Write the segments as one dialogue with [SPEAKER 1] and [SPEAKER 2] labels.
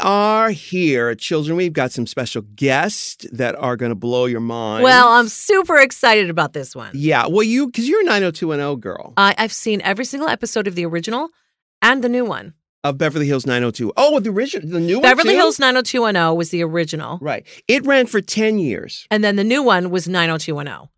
[SPEAKER 1] are here, children. We've got some special guests that are going to blow your mind.
[SPEAKER 2] Well, I'm super excited about this one.
[SPEAKER 1] yeah. Well, you because you're a 90210 girl
[SPEAKER 2] I, I've seen every single episode of the original and the new one.
[SPEAKER 1] of Beverly Hills 902. Oh, the original, the new one.
[SPEAKER 2] Beverly
[SPEAKER 1] too?
[SPEAKER 2] Hills 90210 was the original,
[SPEAKER 1] Right. It ran for 10 years.
[SPEAKER 2] and then the new one was 90210.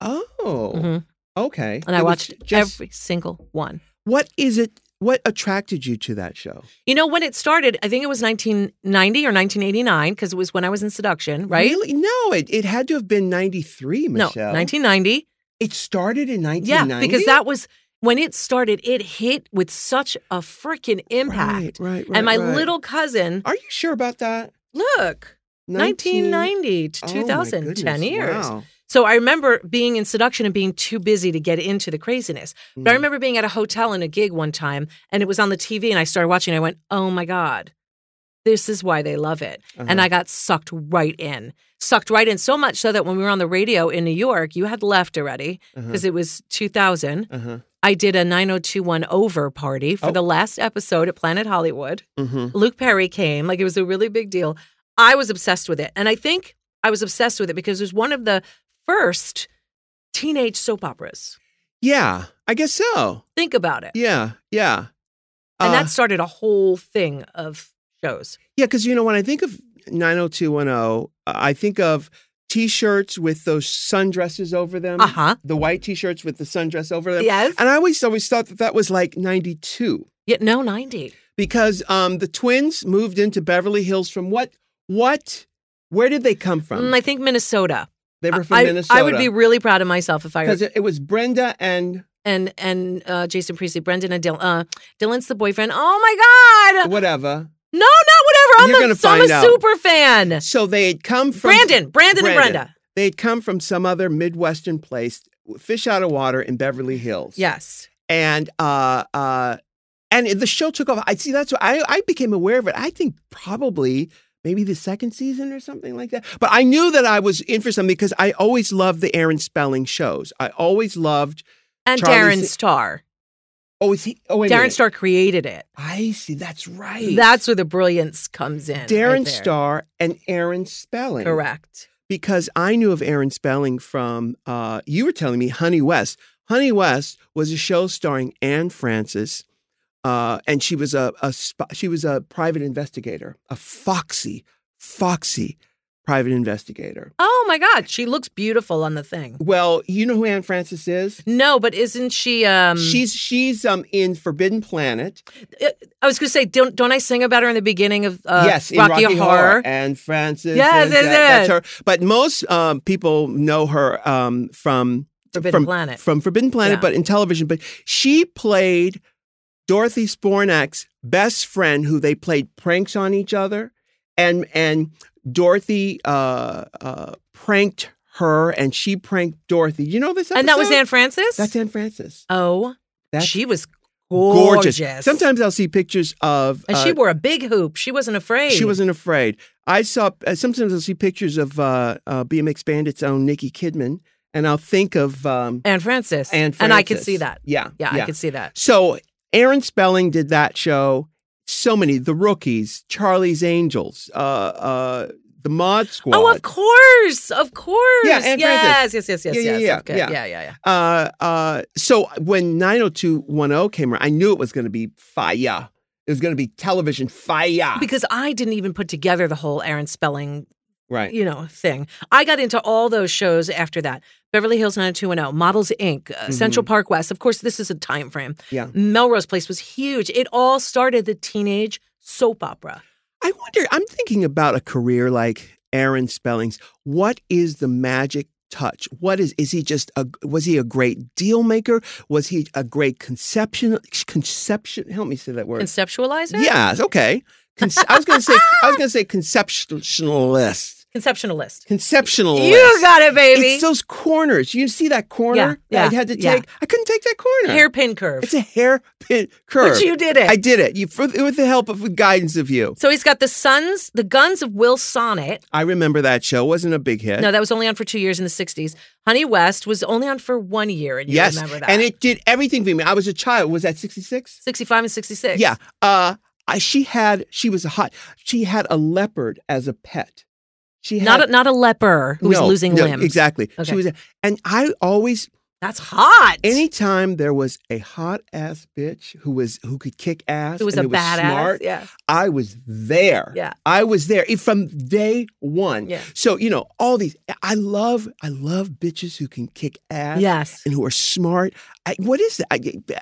[SPEAKER 1] Oh.
[SPEAKER 2] Mhm.
[SPEAKER 1] Okay.
[SPEAKER 2] And I
[SPEAKER 1] It was
[SPEAKER 2] watched
[SPEAKER 1] just
[SPEAKER 2] every single one.
[SPEAKER 1] what is it? What attracted you to that show?
[SPEAKER 2] You know, when it started, I think it was 1990 or 1989 because it was when I was in seduction, right?
[SPEAKER 1] Really? No, it, it had to have been 93,
[SPEAKER 2] No,
[SPEAKER 1] Michelle.
[SPEAKER 2] 1990.
[SPEAKER 1] It started in
[SPEAKER 2] Yeah,
[SPEAKER 1] 1990.
[SPEAKER 2] because that was when it started, it hit with such a freaking impact.
[SPEAKER 1] Right, right,
[SPEAKER 2] and my
[SPEAKER 1] right.
[SPEAKER 2] little cousin,
[SPEAKER 1] Are you sure about that?
[SPEAKER 2] look, 1990 to
[SPEAKER 1] 19 Oh, my
[SPEAKER 2] 2000,
[SPEAKER 1] goodness,
[SPEAKER 2] 10 years.
[SPEAKER 1] wow.
[SPEAKER 2] So I remember being in seduction and being too busy to get into the craziness. But I
[SPEAKER 1] Mhm.
[SPEAKER 2] remember being at a hotel in a gig one time and it was on the TV and I started watching. And I went, oh my God, this is why they love it. And
[SPEAKER 1] Uh-huh.
[SPEAKER 2] I got sucked right in, sucked right in so much so that when we were on the radio in New York, you had left already
[SPEAKER 1] uh-huh,
[SPEAKER 2] because it was 2000.
[SPEAKER 1] Uh huh.
[SPEAKER 2] I did a 90210 over party for
[SPEAKER 1] Oh.
[SPEAKER 2] the last episode at Planet Hollywood.
[SPEAKER 1] Mm-hmm.
[SPEAKER 2] Luke Perry came. Like it was a really big deal. I was obsessed with it. And I think I was obsessed with it because it was one of the first teenage soap operas.
[SPEAKER 1] Yeah, I guess so.
[SPEAKER 2] Think about it.
[SPEAKER 1] Yeah, yeah. Uh,
[SPEAKER 2] And that started a whole thing of shows.
[SPEAKER 1] Yeah, because you know when I think of 90210, uh, I think of t-shirts with those sundresses over them.
[SPEAKER 2] Uh huh.
[SPEAKER 1] The white t-shirts with the sundress over them.
[SPEAKER 2] Yes.
[SPEAKER 1] And I always always thought that that was like 92
[SPEAKER 2] Yeah, no, 90.
[SPEAKER 1] because um the twins moved into Beverly Hills from what what where did they come from?
[SPEAKER 2] Mm, I think Minnesota.
[SPEAKER 1] they were from
[SPEAKER 2] I,
[SPEAKER 1] Minnesota.
[SPEAKER 2] I would be really proud of myself if I
[SPEAKER 1] because it, it was Brenda and
[SPEAKER 2] and and uh, Jason Priestley, Brendan and Dylan. Uh, Dylan's the boyfriend. Oh my God!
[SPEAKER 1] whatever.
[SPEAKER 2] No, not whatever.
[SPEAKER 1] You're
[SPEAKER 2] I'm
[SPEAKER 1] gonna
[SPEAKER 2] a, so I'm
[SPEAKER 1] find
[SPEAKER 2] a
[SPEAKER 1] out.
[SPEAKER 2] super fan.
[SPEAKER 1] So they had come from
[SPEAKER 2] Brandon, Brandon, and
[SPEAKER 1] Brandon.
[SPEAKER 2] Brenda.
[SPEAKER 1] They had come from some other Midwestern place, fish out of water in Beverly Hills.
[SPEAKER 2] Yes.
[SPEAKER 1] and uh uh and the show took off i see that's what i i became aware of it i think probably maybe the second season or something like that but i knew that i was in for something because i always loved the aaron spelling shows i always loved
[SPEAKER 2] And
[SPEAKER 1] Charlie
[SPEAKER 2] Darren
[SPEAKER 1] Sa-
[SPEAKER 2] Starr.
[SPEAKER 1] oh is he oh wait a
[SPEAKER 2] Darren
[SPEAKER 1] minute.
[SPEAKER 2] Star created it.
[SPEAKER 1] i see that's right
[SPEAKER 2] That's where the brilliance comes in. right
[SPEAKER 1] darren
[SPEAKER 2] there.
[SPEAKER 1] starr and aaron spelling
[SPEAKER 2] Correct.
[SPEAKER 1] because i knew of aaron spelling from uh you were telling me honey west honey west was a show starring anne francis uh, and she was a, a sp- she was a private investigator, a foxy, foxy private investigator.
[SPEAKER 2] Oh my God, she looks beautiful on the thing.
[SPEAKER 1] Well, you know who Anne Francis is.
[SPEAKER 2] No, but isn't she? Um,
[SPEAKER 1] she's she's um in Forbidden Planet.
[SPEAKER 2] I was going to say, don't don't I sing about her in the beginning of uh,
[SPEAKER 1] yes, in
[SPEAKER 2] Rocky, Horror?
[SPEAKER 1] Anne Francis.
[SPEAKER 2] Yes,
[SPEAKER 1] is
[SPEAKER 2] yes,
[SPEAKER 1] that- that's her. But most um, people know her um, from
[SPEAKER 2] Forbidden
[SPEAKER 1] from,
[SPEAKER 2] Planet.
[SPEAKER 1] from Forbidden Planet,
[SPEAKER 2] Eh, Yeah.
[SPEAKER 1] but in television. But she played Dorothy Spornak's best friend, who they played pranks on each other, and and Dorothy uh, uh, pranked her, and she pranked Dorothy. You know this,
[SPEAKER 2] and that was
[SPEAKER 1] episode?
[SPEAKER 2] Anne Francis.
[SPEAKER 1] That's Anne Francis.
[SPEAKER 2] oh,
[SPEAKER 1] That's
[SPEAKER 2] she was gorgeous.
[SPEAKER 1] Sometimes I'll see pictures of
[SPEAKER 2] and
[SPEAKER 1] uh,
[SPEAKER 2] she wore a big hoop. She wasn't afraid.
[SPEAKER 1] She wasn't afraid. I saw uh, sometimes I'll see pictures of uh, uh, BMX Bandit's own Nikki Kidman, and I'll think of um,
[SPEAKER 2] Anne Francis.
[SPEAKER 1] Anne
[SPEAKER 2] And I could
[SPEAKER 1] Francis.
[SPEAKER 2] see that.
[SPEAKER 1] Yeah,
[SPEAKER 2] Yeah, I could see that.
[SPEAKER 1] So Aaron Spelling did that show. So many the rookies, Charlie's Angels, uh, uh, the Mod Squad.
[SPEAKER 2] Oh, of course, of course.
[SPEAKER 1] Yeah, Anne
[SPEAKER 2] yes, yes, yes, yes,
[SPEAKER 1] Yeah, yeah,
[SPEAKER 2] yes.
[SPEAKER 1] yeah,
[SPEAKER 2] okay.
[SPEAKER 1] yeah.
[SPEAKER 2] yeah, yeah, yeah.
[SPEAKER 1] Uh, uh, so when 90210 came around, I knew it was going to be fire. It was going to be television fire.
[SPEAKER 2] Because I didn't even put together the whole Aaron Spelling,
[SPEAKER 1] right.
[SPEAKER 2] you know, thing. I got into all those shows after that. Beverly Hills 90210, oh, Models Inc., uh, Central Park West. Of course, this is a time frame.
[SPEAKER 1] Mm-hmm. Yeah.
[SPEAKER 2] Melrose Place was huge. It all started the teenage soap opera.
[SPEAKER 1] I wonder, I'm thinking about a career like Aaron Spelling's. What is the magic touch? What is, is he just a, was he a great deal maker? Was he a great conception, conception? Help me say that word.
[SPEAKER 2] Conceptualizer?
[SPEAKER 1] Yes. Okay. Conce- I was going to say. I was going to say conceptionalist.
[SPEAKER 2] Conceptionalist.
[SPEAKER 1] Conceptionalist.
[SPEAKER 2] You got it, baby.
[SPEAKER 1] It's those corners. You see that corner
[SPEAKER 2] Yeah,
[SPEAKER 1] that I
[SPEAKER 2] yeah,
[SPEAKER 1] had to take.
[SPEAKER 2] yeah.
[SPEAKER 1] I couldn't take that corner.
[SPEAKER 2] Hairpin curve.
[SPEAKER 1] It's a hairpin curve.
[SPEAKER 2] But you did it.
[SPEAKER 1] I did it. You for, with the help of the guidance of you.
[SPEAKER 2] so he's got the sons, the guns of Will Sonnet.
[SPEAKER 1] I remember that show. It wasn't a big hit.
[SPEAKER 2] No, that was only on for two years in the '60s. Honey West was only on for one year, and you
[SPEAKER 1] yes.
[SPEAKER 2] remember that?
[SPEAKER 1] And it did everything for me. I was a child. Was that sixty six?
[SPEAKER 2] '65 and '66.
[SPEAKER 1] Yeah. Uh, I, she had she was a hot. She had a leopard as a pet. She had,
[SPEAKER 2] Not a, not a leper who's
[SPEAKER 1] no,
[SPEAKER 2] losing
[SPEAKER 1] no,
[SPEAKER 2] limbs.
[SPEAKER 1] Exactly. She
[SPEAKER 2] Okay.
[SPEAKER 1] was, a- and I always
[SPEAKER 2] That's hot.
[SPEAKER 1] anytime there was a hot ass bitch who was who could kick ass,
[SPEAKER 2] it was
[SPEAKER 1] and
[SPEAKER 2] a
[SPEAKER 1] who was
[SPEAKER 2] badass.
[SPEAKER 1] smart,
[SPEAKER 2] Yeah.
[SPEAKER 1] I was there.
[SPEAKER 2] Yeah.
[SPEAKER 1] I was there if- from day one.
[SPEAKER 2] Yeah.
[SPEAKER 1] So you know all these. I love I love bitches who can kick ass.
[SPEAKER 2] Yes.
[SPEAKER 1] And who are smart? I, what is that? I,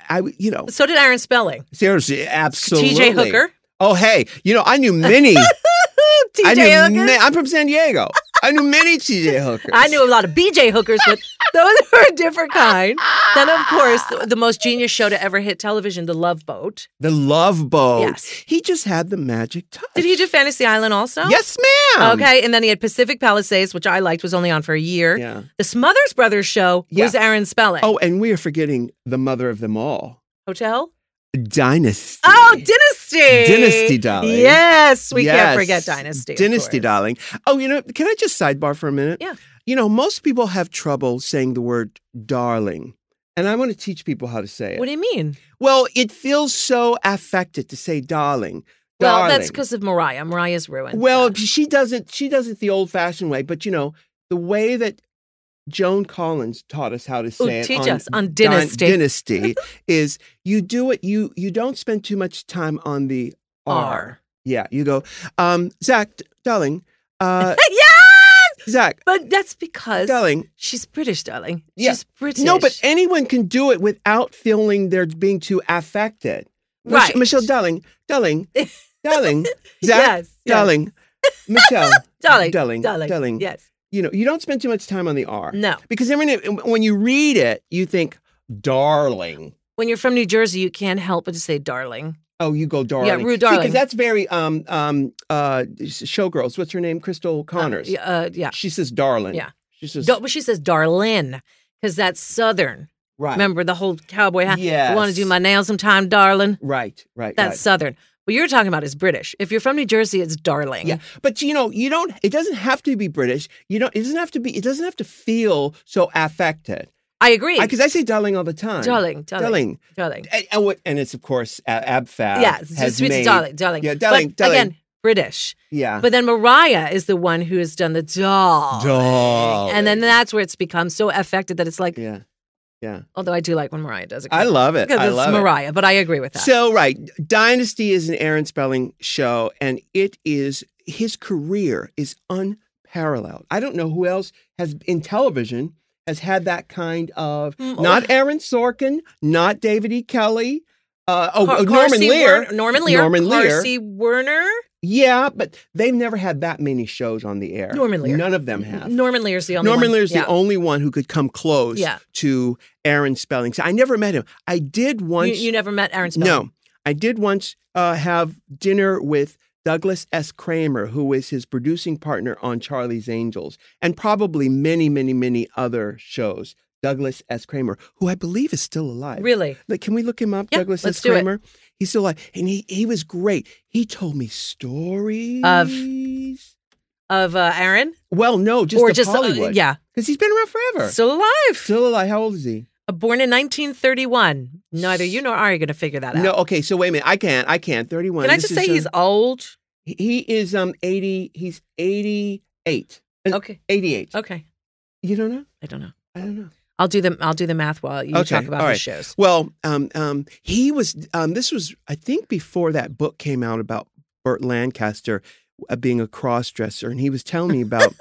[SPEAKER 1] I, you know,
[SPEAKER 2] So did Aaron Spelling.
[SPEAKER 1] seriously, absolutely.
[SPEAKER 2] TJ Hooker.
[SPEAKER 1] Oh, hey, you know, I knew many. I knew
[SPEAKER 2] TJ Hooker.
[SPEAKER 1] ma- I'm from San Diego. I knew many TJ Hookers.
[SPEAKER 2] I knew a lot of BJ hookers, but those were a different kind. Then, of course, the, the most genius show to ever hit television, The Love Boat.
[SPEAKER 1] the Love Boat.
[SPEAKER 2] Yes.
[SPEAKER 1] He just had the magic touch.
[SPEAKER 2] Did he do Fantasy Island also?
[SPEAKER 1] Yes, ma'am.
[SPEAKER 2] Okay, and then he had Pacific Palisades, which I liked, was only on for a year.
[SPEAKER 1] Yeah.
[SPEAKER 2] The Smothers Brothers show
[SPEAKER 1] Yeah.
[SPEAKER 2] was Aaron Spelling.
[SPEAKER 1] Oh, and we are forgetting the mother of them all,
[SPEAKER 2] Hotel?
[SPEAKER 1] Dynasty.
[SPEAKER 2] Oh, Dynasty.
[SPEAKER 1] Dynasty, darling.
[SPEAKER 2] Yes, we
[SPEAKER 1] Yes.
[SPEAKER 2] can't forget Dynasty. of
[SPEAKER 1] Dynasty,
[SPEAKER 2] course.
[SPEAKER 1] darling. Oh, you know, can I just sidebar for a minute?
[SPEAKER 2] Yeah.
[SPEAKER 1] You know, most people have trouble saying the word darling, and I want to teach people how to say it.
[SPEAKER 2] What do you mean?
[SPEAKER 1] well, it feels so affected to say darling.
[SPEAKER 2] Well,
[SPEAKER 1] darling.
[SPEAKER 2] that's because of Mariah. Mariah's ruined.
[SPEAKER 1] Well,
[SPEAKER 2] that.
[SPEAKER 1] she doesn't. She does it the old-fashioned way, but you know the way that Joan Collins taught us how to say
[SPEAKER 2] Ooh,
[SPEAKER 1] it.
[SPEAKER 2] teach
[SPEAKER 1] on
[SPEAKER 2] us on
[SPEAKER 1] Dyn-
[SPEAKER 2] Dynasty.
[SPEAKER 1] Dynasty is you do it. You you don't spend too much time on the R.
[SPEAKER 2] R.
[SPEAKER 1] Yeah, you go, um, Zach, d- darling, uh,
[SPEAKER 2] yes,
[SPEAKER 1] Zach,
[SPEAKER 2] but that's because
[SPEAKER 1] darling.
[SPEAKER 2] she's British, darling.
[SPEAKER 1] Yeah.
[SPEAKER 2] She's British.
[SPEAKER 1] No, but anyone can do it without feeling they're being too affected. Mich-
[SPEAKER 2] Right.
[SPEAKER 1] Michelle, darling, darling, darling, Zach,
[SPEAKER 2] yes, yes.
[SPEAKER 1] darling, Michelle,
[SPEAKER 2] darling,
[SPEAKER 1] darling,
[SPEAKER 2] darling, Mm.
[SPEAKER 1] darling.
[SPEAKER 2] Yes,
[SPEAKER 1] you know, you don't spend too much time on the R.
[SPEAKER 2] no.
[SPEAKER 1] Because every, when you read it, you think, darling.
[SPEAKER 2] When you're from New Jersey, you can't help but to say darling.
[SPEAKER 1] Oh, you go, darling.
[SPEAKER 2] Rue Darling.
[SPEAKER 1] Because that's very um um uh showgirls. What's her name? Crystal
[SPEAKER 2] Uh,
[SPEAKER 1] Connors.
[SPEAKER 2] yeah, Uh, yeah.
[SPEAKER 1] She says darling.
[SPEAKER 2] Yeah.
[SPEAKER 1] She says
[SPEAKER 2] Do- but she says darling because that's Southern.
[SPEAKER 1] right.
[SPEAKER 2] Remember the whole cowboy hat?
[SPEAKER 1] Yes.
[SPEAKER 2] I want to do my nails sometime, darling.
[SPEAKER 1] Right, right.
[SPEAKER 2] That's
[SPEAKER 1] right.
[SPEAKER 2] Southern. What you're talking about is British. If you're from New Jersey, it's darling.
[SPEAKER 1] Yeah. But you know, you don't it doesn't have to be British. You don't it doesn't have to be it doesn't have to feel so affected.
[SPEAKER 2] I agree.
[SPEAKER 1] Because I, say darling all the time.
[SPEAKER 2] darling, darling,
[SPEAKER 1] Darling.
[SPEAKER 2] darling,
[SPEAKER 1] And, and what and it's of course uh, Ab Fab
[SPEAKER 2] Yeah, it's
[SPEAKER 1] has
[SPEAKER 2] just sweet
[SPEAKER 1] made-
[SPEAKER 2] darling, darling.
[SPEAKER 1] Yeah, darling,
[SPEAKER 2] but
[SPEAKER 1] darling. Uh.
[SPEAKER 2] Again, British.
[SPEAKER 1] Yeah.
[SPEAKER 2] But then Mariah is the one who has done the doll.
[SPEAKER 1] Darling.
[SPEAKER 2] And then that's where it's become so affected that it's like,
[SPEAKER 1] Yeah. Yeah.
[SPEAKER 2] although I do like when Mariah does it.
[SPEAKER 1] I love it.
[SPEAKER 2] because
[SPEAKER 1] I
[SPEAKER 2] it's
[SPEAKER 1] love it.
[SPEAKER 2] Mariah, but I agree with that.
[SPEAKER 1] So right, Dynasty is an Aaron Spelling show, and it is his career is unparalleled. I don't know who else has in television has had that kind of
[SPEAKER 2] Mm, oh.
[SPEAKER 1] not Aaron Sorkin, not David E. Kelly, uh, oh
[SPEAKER 2] Car-
[SPEAKER 1] oh, Norman
[SPEAKER 2] Carsey
[SPEAKER 1] Lear,
[SPEAKER 2] Werner- Norman Lear.
[SPEAKER 1] Norman Lear.
[SPEAKER 2] Carsey Werner.
[SPEAKER 1] yeah, but they've never had that many shows on the air.
[SPEAKER 2] Norman Lear.
[SPEAKER 1] none of them have.
[SPEAKER 2] Norman Lear's the only
[SPEAKER 1] Norman
[SPEAKER 2] one.
[SPEAKER 1] Lear's
[SPEAKER 2] yeah.
[SPEAKER 1] the only one who could come close
[SPEAKER 2] Yeah.
[SPEAKER 1] to Aaron Spelling. So I never met him. I did once.
[SPEAKER 2] You, you never met Aaron Spelling.
[SPEAKER 1] No, I did once uh, have dinner with Douglas S. Kramer, who is his producing partner on Charlie's Angels, and probably many, many, many other shows. Douglas S. Kramer, who I believe is still alive.
[SPEAKER 2] Really?
[SPEAKER 1] Like, can we look him up?
[SPEAKER 2] Yeah,
[SPEAKER 1] Douglas
[SPEAKER 2] let's
[SPEAKER 1] S.
[SPEAKER 2] do it.
[SPEAKER 1] Kramer. He's still alive, and he he was great. He told me stories
[SPEAKER 2] Of uh, Aaron?
[SPEAKER 1] well, no, just
[SPEAKER 2] or
[SPEAKER 1] of
[SPEAKER 2] just uh,
[SPEAKER 1] Hollywood,
[SPEAKER 2] yeah.
[SPEAKER 1] because he's been around forever.
[SPEAKER 2] Still alive.
[SPEAKER 1] still alive. How old is he?
[SPEAKER 2] Uh, Born in 1931. Neither you nor I are going to figure that out.
[SPEAKER 1] No, okay. So wait a minute. I can't. I can't. Thirty-one.
[SPEAKER 2] Can I
[SPEAKER 1] This is,
[SPEAKER 2] just say
[SPEAKER 1] uh,
[SPEAKER 2] he's old?
[SPEAKER 1] He is um eighty. He's eighty eight.
[SPEAKER 2] Okay.
[SPEAKER 1] Eighty-eight.
[SPEAKER 2] Okay.
[SPEAKER 1] You don't know?
[SPEAKER 2] I don't know.
[SPEAKER 1] I don't know.
[SPEAKER 2] I'll do the I'll do the math while you
[SPEAKER 1] Okay,
[SPEAKER 2] talk about
[SPEAKER 1] all
[SPEAKER 2] the
[SPEAKER 1] right.
[SPEAKER 2] shows.
[SPEAKER 1] Well, um, um, he was. Um, this was, I think, before that book came out about Burt Lancaster uh, being a crossdresser, and he was telling me about.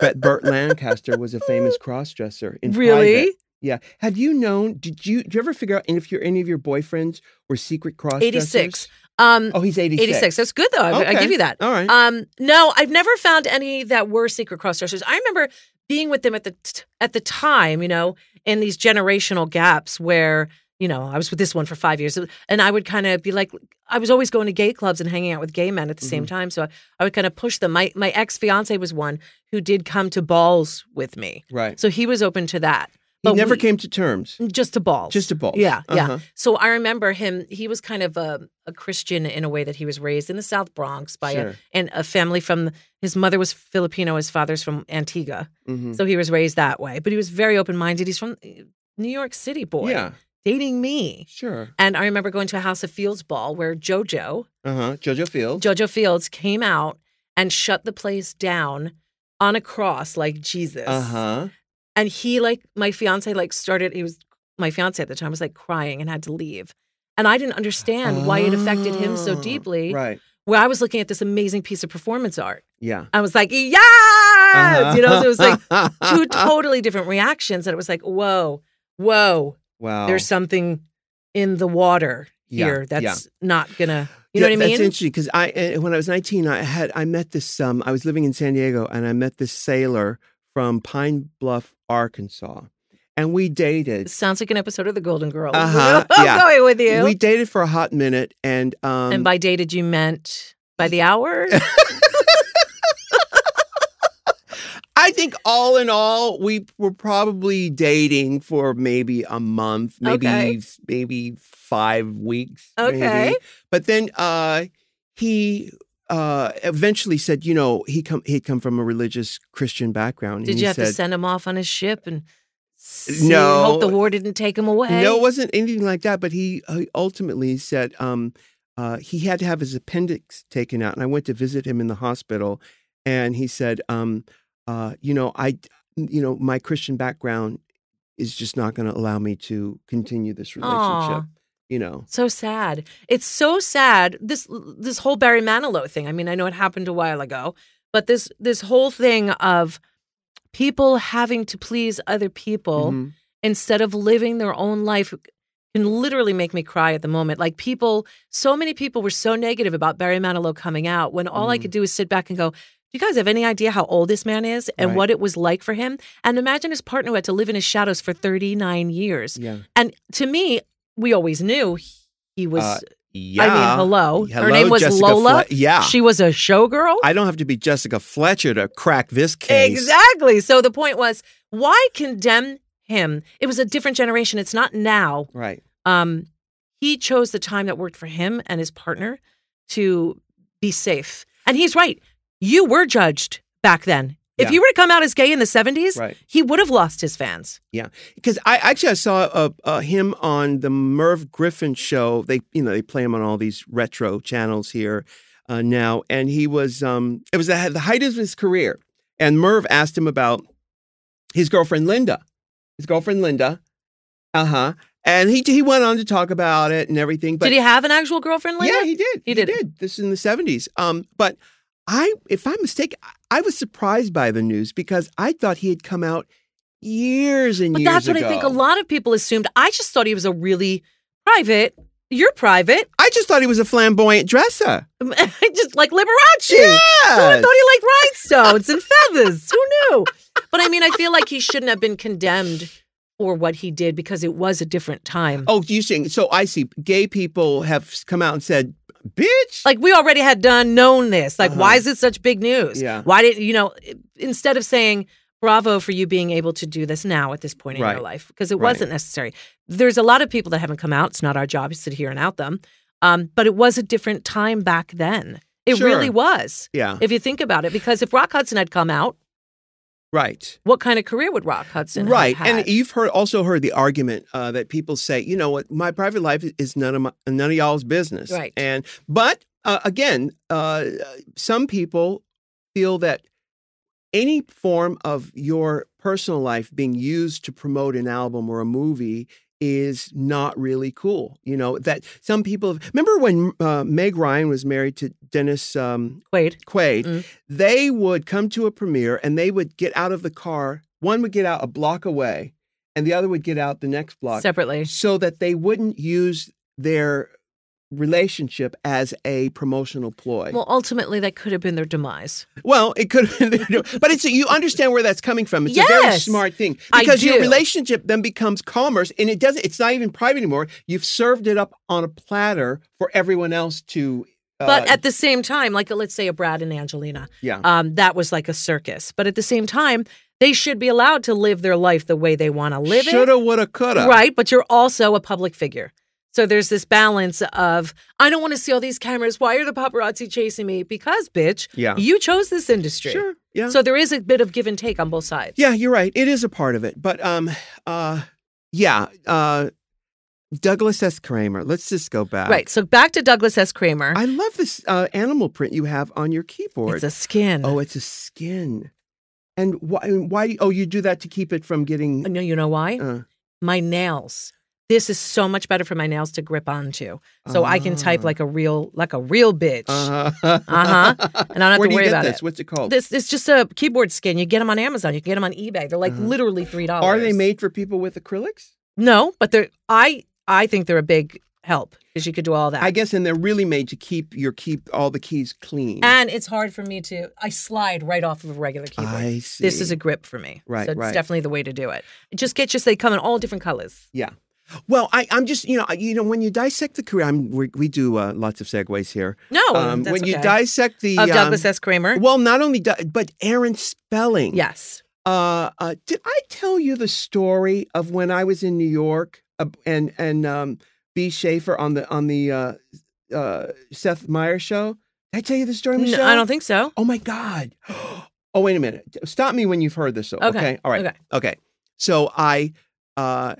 [SPEAKER 1] But Burt Lancaster was a famous crossdresser. In
[SPEAKER 2] really?
[SPEAKER 1] private. Yeah. Have you known? Did you? Did you ever figure out and if your any of your boyfriends were secret crossdressers?
[SPEAKER 2] 86. Um
[SPEAKER 1] Oh, he's eighty-six.
[SPEAKER 2] 86. That's good though. I, I
[SPEAKER 1] Okay.
[SPEAKER 2] give you that.
[SPEAKER 1] All right.
[SPEAKER 2] Um, no, I've never found any that were secret crossdressers. I remember being with them at the t- at the time, you know, in these generational gaps where you know I was with this one for five years, and I would kind of be like, I was always going to gay clubs and hanging out with gay men at the same
[SPEAKER 1] Mm-hmm.
[SPEAKER 2] time, so I, I would kind of push them. My my ex fiance was one who did come to balls with me,
[SPEAKER 1] right.
[SPEAKER 2] so he was open to that.
[SPEAKER 1] He
[SPEAKER 2] but
[SPEAKER 1] never
[SPEAKER 2] we-
[SPEAKER 1] came to terms.
[SPEAKER 2] Just to balls.
[SPEAKER 1] Just a ball.
[SPEAKER 2] Yeah, yeah.
[SPEAKER 1] Uh-huh.
[SPEAKER 2] So I remember him. He was kind of a, a Christian in a way that he was raised in the South Bronx by uh, a
[SPEAKER 1] Sure.
[SPEAKER 2] and a family from his mother was Filipino, his father's from Antigua,
[SPEAKER 1] Mhm.
[SPEAKER 2] so he was raised that way. But he was very open minded. He's from eh, New York City boy.
[SPEAKER 1] Yeah.
[SPEAKER 2] dating me.
[SPEAKER 1] Sure.
[SPEAKER 2] And I remember going to a House of Fields ball where JoJo,
[SPEAKER 1] Uh huh. JoJo Fields.
[SPEAKER 2] JoJo Fields came out and shut the place down on a cross like Jesus.
[SPEAKER 1] uh huh.
[SPEAKER 2] And he like my fiance like started he was my fiance at the time was like crying and had to leave. And I didn't understand why it affected him so
[SPEAKER 1] Ah,
[SPEAKER 2] deeply.
[SPEAKER 1] Right.
[SPEAKER 2] Where I was looking at this amazing piece of performance art.
[SPEAKER 1] Yeah. Uh-huh.
[SPEAKER 2] I was like, yes! Ah, You know, so it was like two totally different reactions. And it was like, whoa, whoa,
[SPEAKER 1] wow.
[SPEAKER 2] there's something in the water
[SPEAKER 1] Yeah,
[SPEAKER 2] here that's
[SPEAKER 1] yeah.
[SPEAKER 2] not gonna you
[SPEAKER 1] Yeah,
[SPEAKER 2] know what I mean?
[SPEAKER 1] That's interesting because I and when I was 19, I had I met this um I was living in San Diego and I met this sailor from Pine Bluff, Arkansas, and we dated.
[SPEAKER 2] It sounds like an episode of The Golden Girls.
[SPEAKER 1] Uh-huh,
[SPEAKER 2] I'm
[SPEAKER 1] yeah.
[SPEAKER 2] going with you.
[SPEAKER 1] We dated for a hot minute, and um
[SPEAKER 2] and by dated you meant by the hour?
[SPEAKER 1] I think all in all, we were probably dating for maybe a month, maybe
[SPEAKER 2] Okay.
[SPEAKER 1] maybe five weeks. maybe.
[SPEAKER 2] Okay.
[SPEAKER 1] But then uh, he uh, eventually said, you know, he come he'd come from a religious Christian background. and
[SPEAKER 2] Did
[SPEAKER 1] he
[SPEAKER 2] you have to
[SPEAKER 1] said-
[SPEAKER 2] send him off on his ship and see,
[SPEAKER 1] No.
[SPEAKER 2] hope the war didn't take him away?
[SPEAKER 1] No, it wasn't anything like that. But he, uh, he ultimately said um, uh, he had to have his appendix taken out, and I went to visit him in the hospital, and he said, um, uh, you know, I, you know, my Christian background is just not going to allow me to continue this relationship.
[SPEAKER 2] Aw.
[SPEAKER 1] You know,
[SPEAKER 2] So sad. It's so sad. This this whole Barry Manilow thing. I mean, I know it happened a while ago, but this this whole thing of people having to please other people
[SPEAKER 1] Mhm.
[SPEAKER 2] instead of living their own life can literally make me cry at the moment. Like people, so many people were so negative about Barry Manilow coming out when all I
[SPEAKER 1] Mhm.
[SPEAKER 2] could do is sit back and go, "Do you guys have any idea how old this man is and
[SPEAKER 1] Right.
[SPEAKER 2] what it was like for him?" And imagine his partner who had to live in his shadows for 39 years.
[SPEAKER 1] yeah,
[SPEAKER 2] And to me, we always knew he- he was
[SPEAKER 1] Uh, yeah.
[SPEAKER 2] I mean, hello. Her
[SPEAKER 1] Hello,
[SPEAKER 2] name was
[SPEAKER 1] Jessica
[SPEAKER 2] Lola.
[SPEAKER 1] Fle- yeah,
[SPEAKER 2] She was a showgirl.
[SPEAKER 1] I don't have to be Jessica Fletcher to crack this case.
[SPEAKER 2] Exactly. So the point was, why condemn him? It was a different generation. It's not now.
[SPEAKER 1] Right.
[SPEAKER 2] Um, he chose the time that worked for him and his partner to be safe. And he's right. You were judged back then. If
[SPEAKER 1] Yeah.
[SPEAKER 2] you were to come out as gay in the 70s,
[SPEAKER 1] Right.
[SPEAKER 2] he would have lost his fans.
[SPEAKER 1] because I actually I saw uh, uh, him on the Merv Griffin show. They you know they play him on all these retro channels here uh, now, and he was um it was at the height of his career, and Merv asked him about his girlfriend Linda, his girlfriend Linda, uh huh, and he he went on to talk about it and everything. But
[SPEAKER 2] Did he have an actual girlfriend later?
[SPEAKER 1] yeah, he did.
[SPEAKER 2] He did it.
[SPEAKER 1] This in the 70s. Um, but I, if I'm mistaken, I- I was surprised by the news because I thought he had come out years and
[SPEAKER 2] But
[SPEAKER 1] years
[SPEAKER 2] that's what I think a
[SPEAKER 1] ago.
[SPEAKER 2] lot of people assumed. I just thought he was a really private. You're private.
[SPEAKER 1] I just thought he was a flamboyant dresser.
[SPEAKER 2] just like Liberace. Who would
[SPEAKER 1] Yes.
[SPEAKER 2] have thought he liked rhinestones and feathers? Who knew? But I mean, I feel like he shouldn't have been condemned for what he did because it was a different time.
[SPEAKER 1] Oh, you saying so? I see. Gay people have come out and said, "Bitch."
[SPEAKER 2] Like we already had done known this. Like, why
[SPEAKER 1] Uh-huh.
[SPEAKER 2] is it such big news?
[SPEAKER 1] Yeah.
[SPEAKER 2] Why did you know? Instead of saying bravo for you being able to do this now at this point in your
[SPEAKER 1] Right.
[SPEAKER 2] life because it
[SPEAKER 1] Right.
[SPEAKER 2] wasn't necessary. There's a lot of people that haven't come out. It's not our job to sit here and out them. Um, but it was a different time back then. It
[SPEAKER 1] Sure.
[SPEAKER 2] really was.
[SPEAKER 1] yeah.
[SPEAKER 2] If you think about it, because if Rock Hudson had come out,
[SPEAKER 1] Right.
[SPEAKER 2] what kind of career would Rock Hudson
[SPEAKER 1] Right.
[SPEAKER 2] have had?
[SPEAKER 1] And you've heard also heard the argument uh, that people say, you know what, my private life is none of my, none of y'all's business.
[SPEAKER 2] Right.
[SPEAKER 1] And but uh, again, uh, some people feel that any form of your personal life being used to promote an album or a movie is not really cool. You know that some people remember when uh, Meg Ryan was married to Dennis um,
[SPEAKER 2] Quaid.
[SPEAKER 1] Quaid,
[SPEAKER 2] Mm.
[SPEAKER 1] they would come to a premiere and they would get out of the car. One would get out a block away, and the other would get out the next block,
[SPEAKER 2] separately.
[SPEAKER 1] so that they wouldn't use their relationship as a promotional ploy.
[SPEAKER 2] Well, ultimately, that could have been their demise.
[SPEAKER 1] Well, it could, but it's you understand where that's coming from. It's a very
[SPEAKER 2] Yes,
[SPEAKER 1] smart thing
[SPEAKER 2] I
[SPEAKER 1] because your
[SPEAKER 2] do.
[SPEAKER 1] relationship then becomes commerce, and it doesn't. It's not even private anymore. You've served it up on a platter for everyone else to. Uh,
[SPEAKER 2] But at the same time, like let's say a Brad and Angelina,
[SPEAKER 1] yeah,
[SPEAKER 2] um, that was like a circus. But at the same time, they should be allowed to live their life the way they want to live it.
[SPEAKER 1] shoulda, woulda, coulda.
[SPEAKER 2] Right. But you're also a public figure. So there's this balance of, I don't want to see all these cameras. Why are the paparazzi chasing me? Because, bitch,
[SPEAKER 1] Yeah.
[SPEAKER 2] you chose this industry.
[SPEAKER 1] Sure. Yeah.
[SPEAKER 2] So there is a bit of give and take on both sides.
[SPEAKER 1] Yeah, you're right. It is a part of it. But um uh yeah, uh Douglas S. Kramer. Let's just go back.
[SPEAKER 2] Right. So back to Douglas S. Kramer.
[SPEAKER 1] I love this uh, animal print you have on your keyboard.
[SPEAKER 2] it's a skin.
[SPEAKER 1] oh, it's a skin. And why? and Why? Oh, you do that to keep it from getting.
[SPEAKER 2] no, you know why?
[SPEAKER 1] Uh,
[SPEAKER 2] my nails. This is so much better for my nails to grip onto. So I can type
[SPEAKER 1] Ah.
[SPEAKER 2] like a real like a real bitch.
[SPEAKER 1] Uh
[SPEAKER 2] Uh-huh. And I don't have
[SPEAKER 1] Where
[SPEAKER 2] to
[SPEAKER 1] do you
[SPEAKER 2] worry
[SPEAKER 1] get
[SPEAKER 2] about
[SPEAKER 1] this?
[SPEAKER 2] it.
[SPEAKER 1] What's it called?
[SPEAKER 2] This it's just a keyboard skin. You get them on Amazon. You can get them on eBay. They're like
[SPEAKER 1] Uh-huh.
[SPEAKER 2] literally three dollars.
[SPEAKER 1] Are they made for people with acrylics?
[SPEAKER 2] No, but they're I I think they're a big help because you could do all that.
[SPEAKER 1] I guess, and they're really made to keep your keep all the keys clean.
[SPEAKER 2] and it's hard for me to I slide right off of a regular keyboard.
[SPEAKER 1] I see.
[SPEAKER 2] This is a grip for me.
[SPEAKER 1] Right,
[SPEAKER 2] So it's
[SPEAKER 1] right.
[SPEAKER 2] definitely the way to do it. Just get just they come in all different colors.
[SPEAKER 1] well. I, I'm just you know I- you know when you dissect the career. I'm, we, we do uh, lots of segues here.
[SPEAKER 2] No,
[SPEAKER 1] Um,
[SPEAKER 2] Oh, that's
[SPEAKER 1] when you
[SPEAKER 2] okay.
[SPEAKER 1] dissect the
[SPEAKER 2] of
[SPEAKER 1] um,
[SPEAKER 2] Douglas S. Kramer.
[SPEAKER 1] well, not only di- but Aaron Spelling.
[SPEAKER 2] yes.
[SPEAKER 1] Uh, uh, did I tell you the story of when I was in New York uh, and and um, B. Schaefer on the on the uh, uh, Seth Meyers show? Did I tell you the story, Michelle?
[SPEAKER 2] No, I don't think so.
[SPEAKER 1] Oh my God. Oh, wait a minute. Stop me when you've heard this. Okay.
[SPEAKER 2] Okay.
[SPEAKER 1] All right.
[SPEAKER 2] Okay.
[SPEAKER 1] Okay. So I, uh,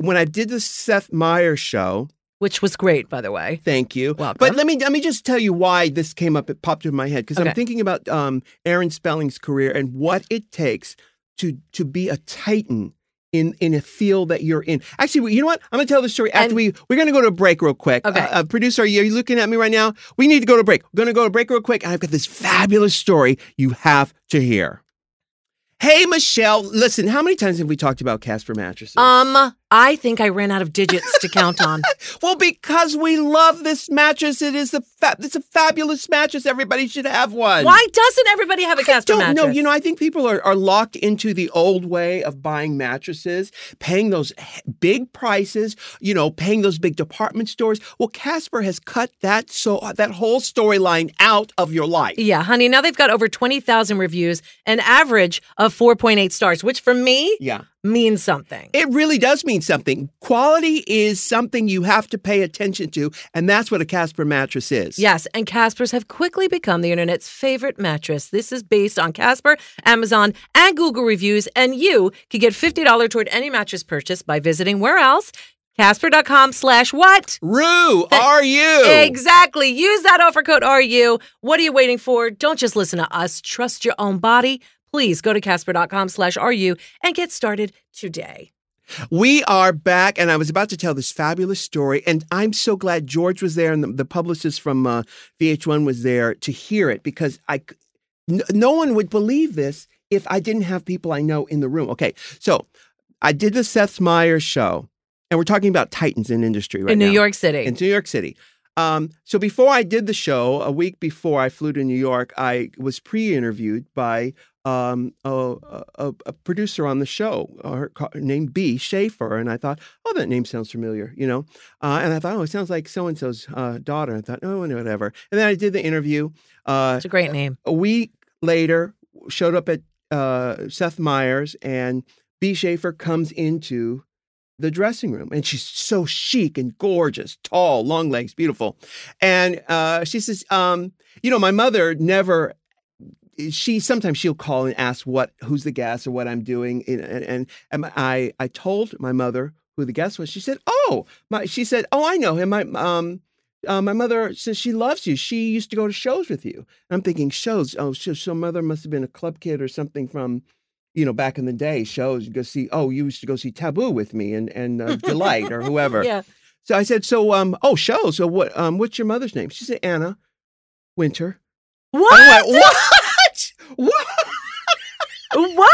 [SPEAKER 1] when I did the Seth Meyers show,
[SPEAKER 2] Which was great, by the way.
[SPEAKER 1] thank you.
[SPEAKER 2] Welcome.
[SPEAKER 1] But let me let me just tell you why this came up. It popped into my head because
[SPEAKER 2] Okay.
[SPEAKER 1] I'm thinking about um, Aaron Spelling's career and what it takes to to be a titan in in a field that you're in. Actually, you know what? I'm gonna tell the story after
[SPEAKER 2] And-
[SPEAKER 1] we we're gonna go to a break real quick.
[SPEAKER 2] Okay.
[SPEAKER 1] Uh, uh, producer, are you, are you looking at me right now? We need to go to break. We're gonna go to break real quick, and I've got this fabulous story you have to hear. Hey, Michelle, listen. How many times have we talked about Casper mattresses?
[SPEAKER 2] um, I think I ran out of digits to count on.
[SPEAKER 1] Well, because we love this mattress, it is a fa- it's a fabulous mattress. Everybody should have one.
[SPEAKER 2] Why doesn't everybody have a Casper
[SPEAKER 1] Don't
[SPEAKER 2] mattress?
[SPEAKER 1] know. You know, I think people are, are locked into the old way of buying mattresses, paying those h- big prices. You know, paying those big department stores. Well, Casper has cut that so that whole storyline out of your life.
[SPEAKER 2] yeah, honey. Now they've got over twenty thousand reviews, an average of four point eight stars, which for me
[SPEAKER 1] Yeah,
[SPEAKER 2] means something.
[SPEAKER 1] it really does mean something. Quality is something you have to pay attention to, and that's what a Casper mattress is.
[SPEAKER 2] Yes, and Caspers have quickly become the internet's favorite mattress. This is based on Casper, Amazon, and Google reviews, and you could get $50 toward any mattress purchase by visiting where else? Casper.com slash what?
[SPEAKER 1] Rue, are you
[SPEAKER 2] Exactly. Use that offer code RU. What are you waiting for? Don't just listen to us. Trust your own body. Please go to Casper.com slash RU and get started today.
[SPEAKER 1] We are back, and I was about to tell this fabulous story, and I'm so glad George was there and the, the publicist from uh, VH1 was there to hear it because I, c- n- no one would believe this if I didn't have people I know in the room. Okay, so I did the Seth Meyers show, and we're talking about titans in industry right
[SPEAKER 2] in
[SPEAKER 1] now
[SPEAKER 2] New York City.
[SPEAKER 1] in New York City. Um, so before I did the show, a week before I flew to New York, I was pre-interviewed by um, a, a, a producer on the show, uh, her, ca- her name B Schaefer, and I thought, oh, that name sounds familiar, you know. Uh, and I thought, oh, it sounds like so and so's daughter. I thought, oh, whatever. And then I did the interview. Uh,
[SPEAKER 2] it's a great name.
[SPEAKER 1] a week later, showed up at uh, Seth Meyers, and B. Schaefer comes into the dressing room, and she's so chic and gorgeous, tall, long legs, beautiful. And uh, she says, um, "You know, my mother never." She sometimes she'll call and ask what who's the guest or what I'm doing, and and, and I I told my mother who the guest was. She said, "Oh, my," she said, "Oh, I know him. My um." Uh, my mother says she loves you. She used to go to shows with you. I'm thinking shows. Oh, so, so mother must have been a club kid or something from, you know, back in the day. Shows you go see. Oh, you used to go see Taboo with me and and uh, Delight or whoever.
[SPEAKER 2] Yeah.
[SPEAKER 1] So I said, so um, oh, shows. So what? Um, what's your mother's name? She said Anna Winter.
[SPEAKER 2] What?
[SPEAKER 1] I went, what? What?
[SPEAKER 2] What?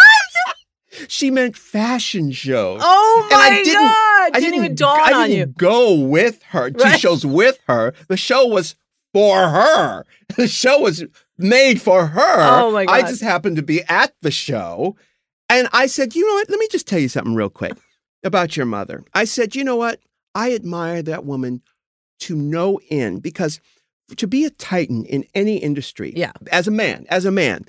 [SPEAKER 1] She meant fashion shows.
[SPEAKER 2] Oh
[SPEAKER 1] And
[SPEAKER 2] my
[SPEAKER 1] I didn't-
[SPEAKER 2] God. Didn't, even dawn
[SPEAKER 1] I
[SPEAKER 2] on
[SPEAKER 1] didn't
[SPEAKER 2] you.
[SPEAKER 1] Go with her. Two
[SPEAKER 2] Right.
[SPEAKER 1] shows with her. The show was for her. The show was made for her.
[SPEAKER 2] Oh, my
[SPEAKER 1] I
[SPEAKER 2] God.
[SPEAKER 1] just happened to be at the show, and I said, "You know what? Let me just tell you something real quick about your mother." I said, "You know what? I admire that woman to no end because to be a titan in any industry,
[SPEAKER 2] Yeah.
[SPEAKER 1] as a man, as a man."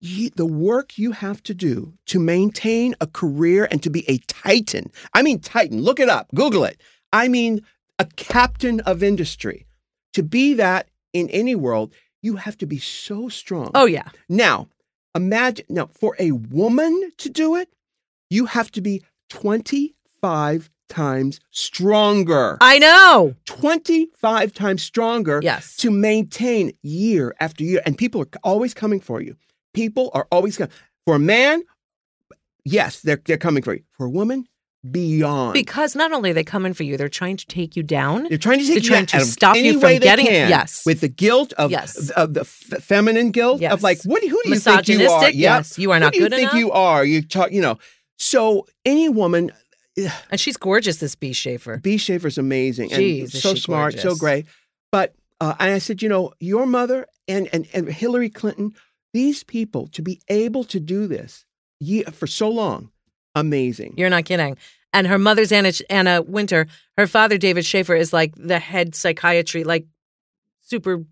[SPEAKER 1] ye- the work you have to do to maintain a career and to be a titan. I mean, titan, look it up, Google it. I mean, a captain of industry. To be that in any world, you have to be so strong.
[SPEAKER 2] Oh yeah.
[SPEAKER 1] Now, imagine, now, for a woman to do it, you have to be 25 times stronger.
[SPEAKER 2] I know.
[SPEAKER 1] 25 times stronger
[SPEAKER 2] Yes.
[SPEAKER 1] to maintain year after year. And people are always coming for you. People are always coming. For a man, yes, they're, they're coming for you. For a woman, beyond.
[SPEAKER 2] Because not only are they coming for you, they're trying to take you down.
[SPEAKER 1] they're trying to take
[SPEAKER 2] They're
[SPEAKER 1] you
[SPEAKER 2] trying
[SPEAKER 1] out
[SPEAKER 2] to
[SPEAKER 1] of
[SPEAKER 2] stop
[SPEAKER 1] any
[SPEAKER 2] you
[SPEAKER 1] way
[SPEAKER 2] from
[SPEAKER 1] they
[SPEAKER 2] getting it.
[SPEAKER 1] can,
[SPEAKER 2] Yes.
[SPEAKER 1] With the guilt of,
[SPEAKER 2] Yes.
[SPEAKER 1] of the f- feminine guilt
[SPEAKER 2] Yes.
[SPEAKER 1] of like, what, who do you think you are?
[SPEAKER 2] Misogynistic.
[SPEAKER 1] Yeah.
[SPEAKER 2] Yes. You are
[SPEAKER 1] Who
[SPEAKER 2] not
[SPEAKER 1] do you
[SPEAKER 2] good
[SPEAKER 1] think
[SPEAKER 2] enough.
[SPEAKER 1] you are? You talk, you know. So any woman,
[SPEAKER 2] and she's gorgeous, this B. Schaefer.
[SPEAKER 1] B. Schaefer's amazing
[SPEAKER 2] Jeez,
[SPEAKER 1] and
[SPEAKER 2] is
[SPEAKER 1] so
[SPEAKER 2] she
[SPEAKER 1] smart, so
[SPEAKER 2] gorgeous.
[SPEAKER 1] great. But uh, and I said, you know, your mother and and and Hillary Clinton, these people to be able to do this ye- for so long, amazing.
[SPEAKER 2] You're not kidding. And her mother's Anna, Anna Winter. Her father, David Schaefer, is like the head psychiatry, like super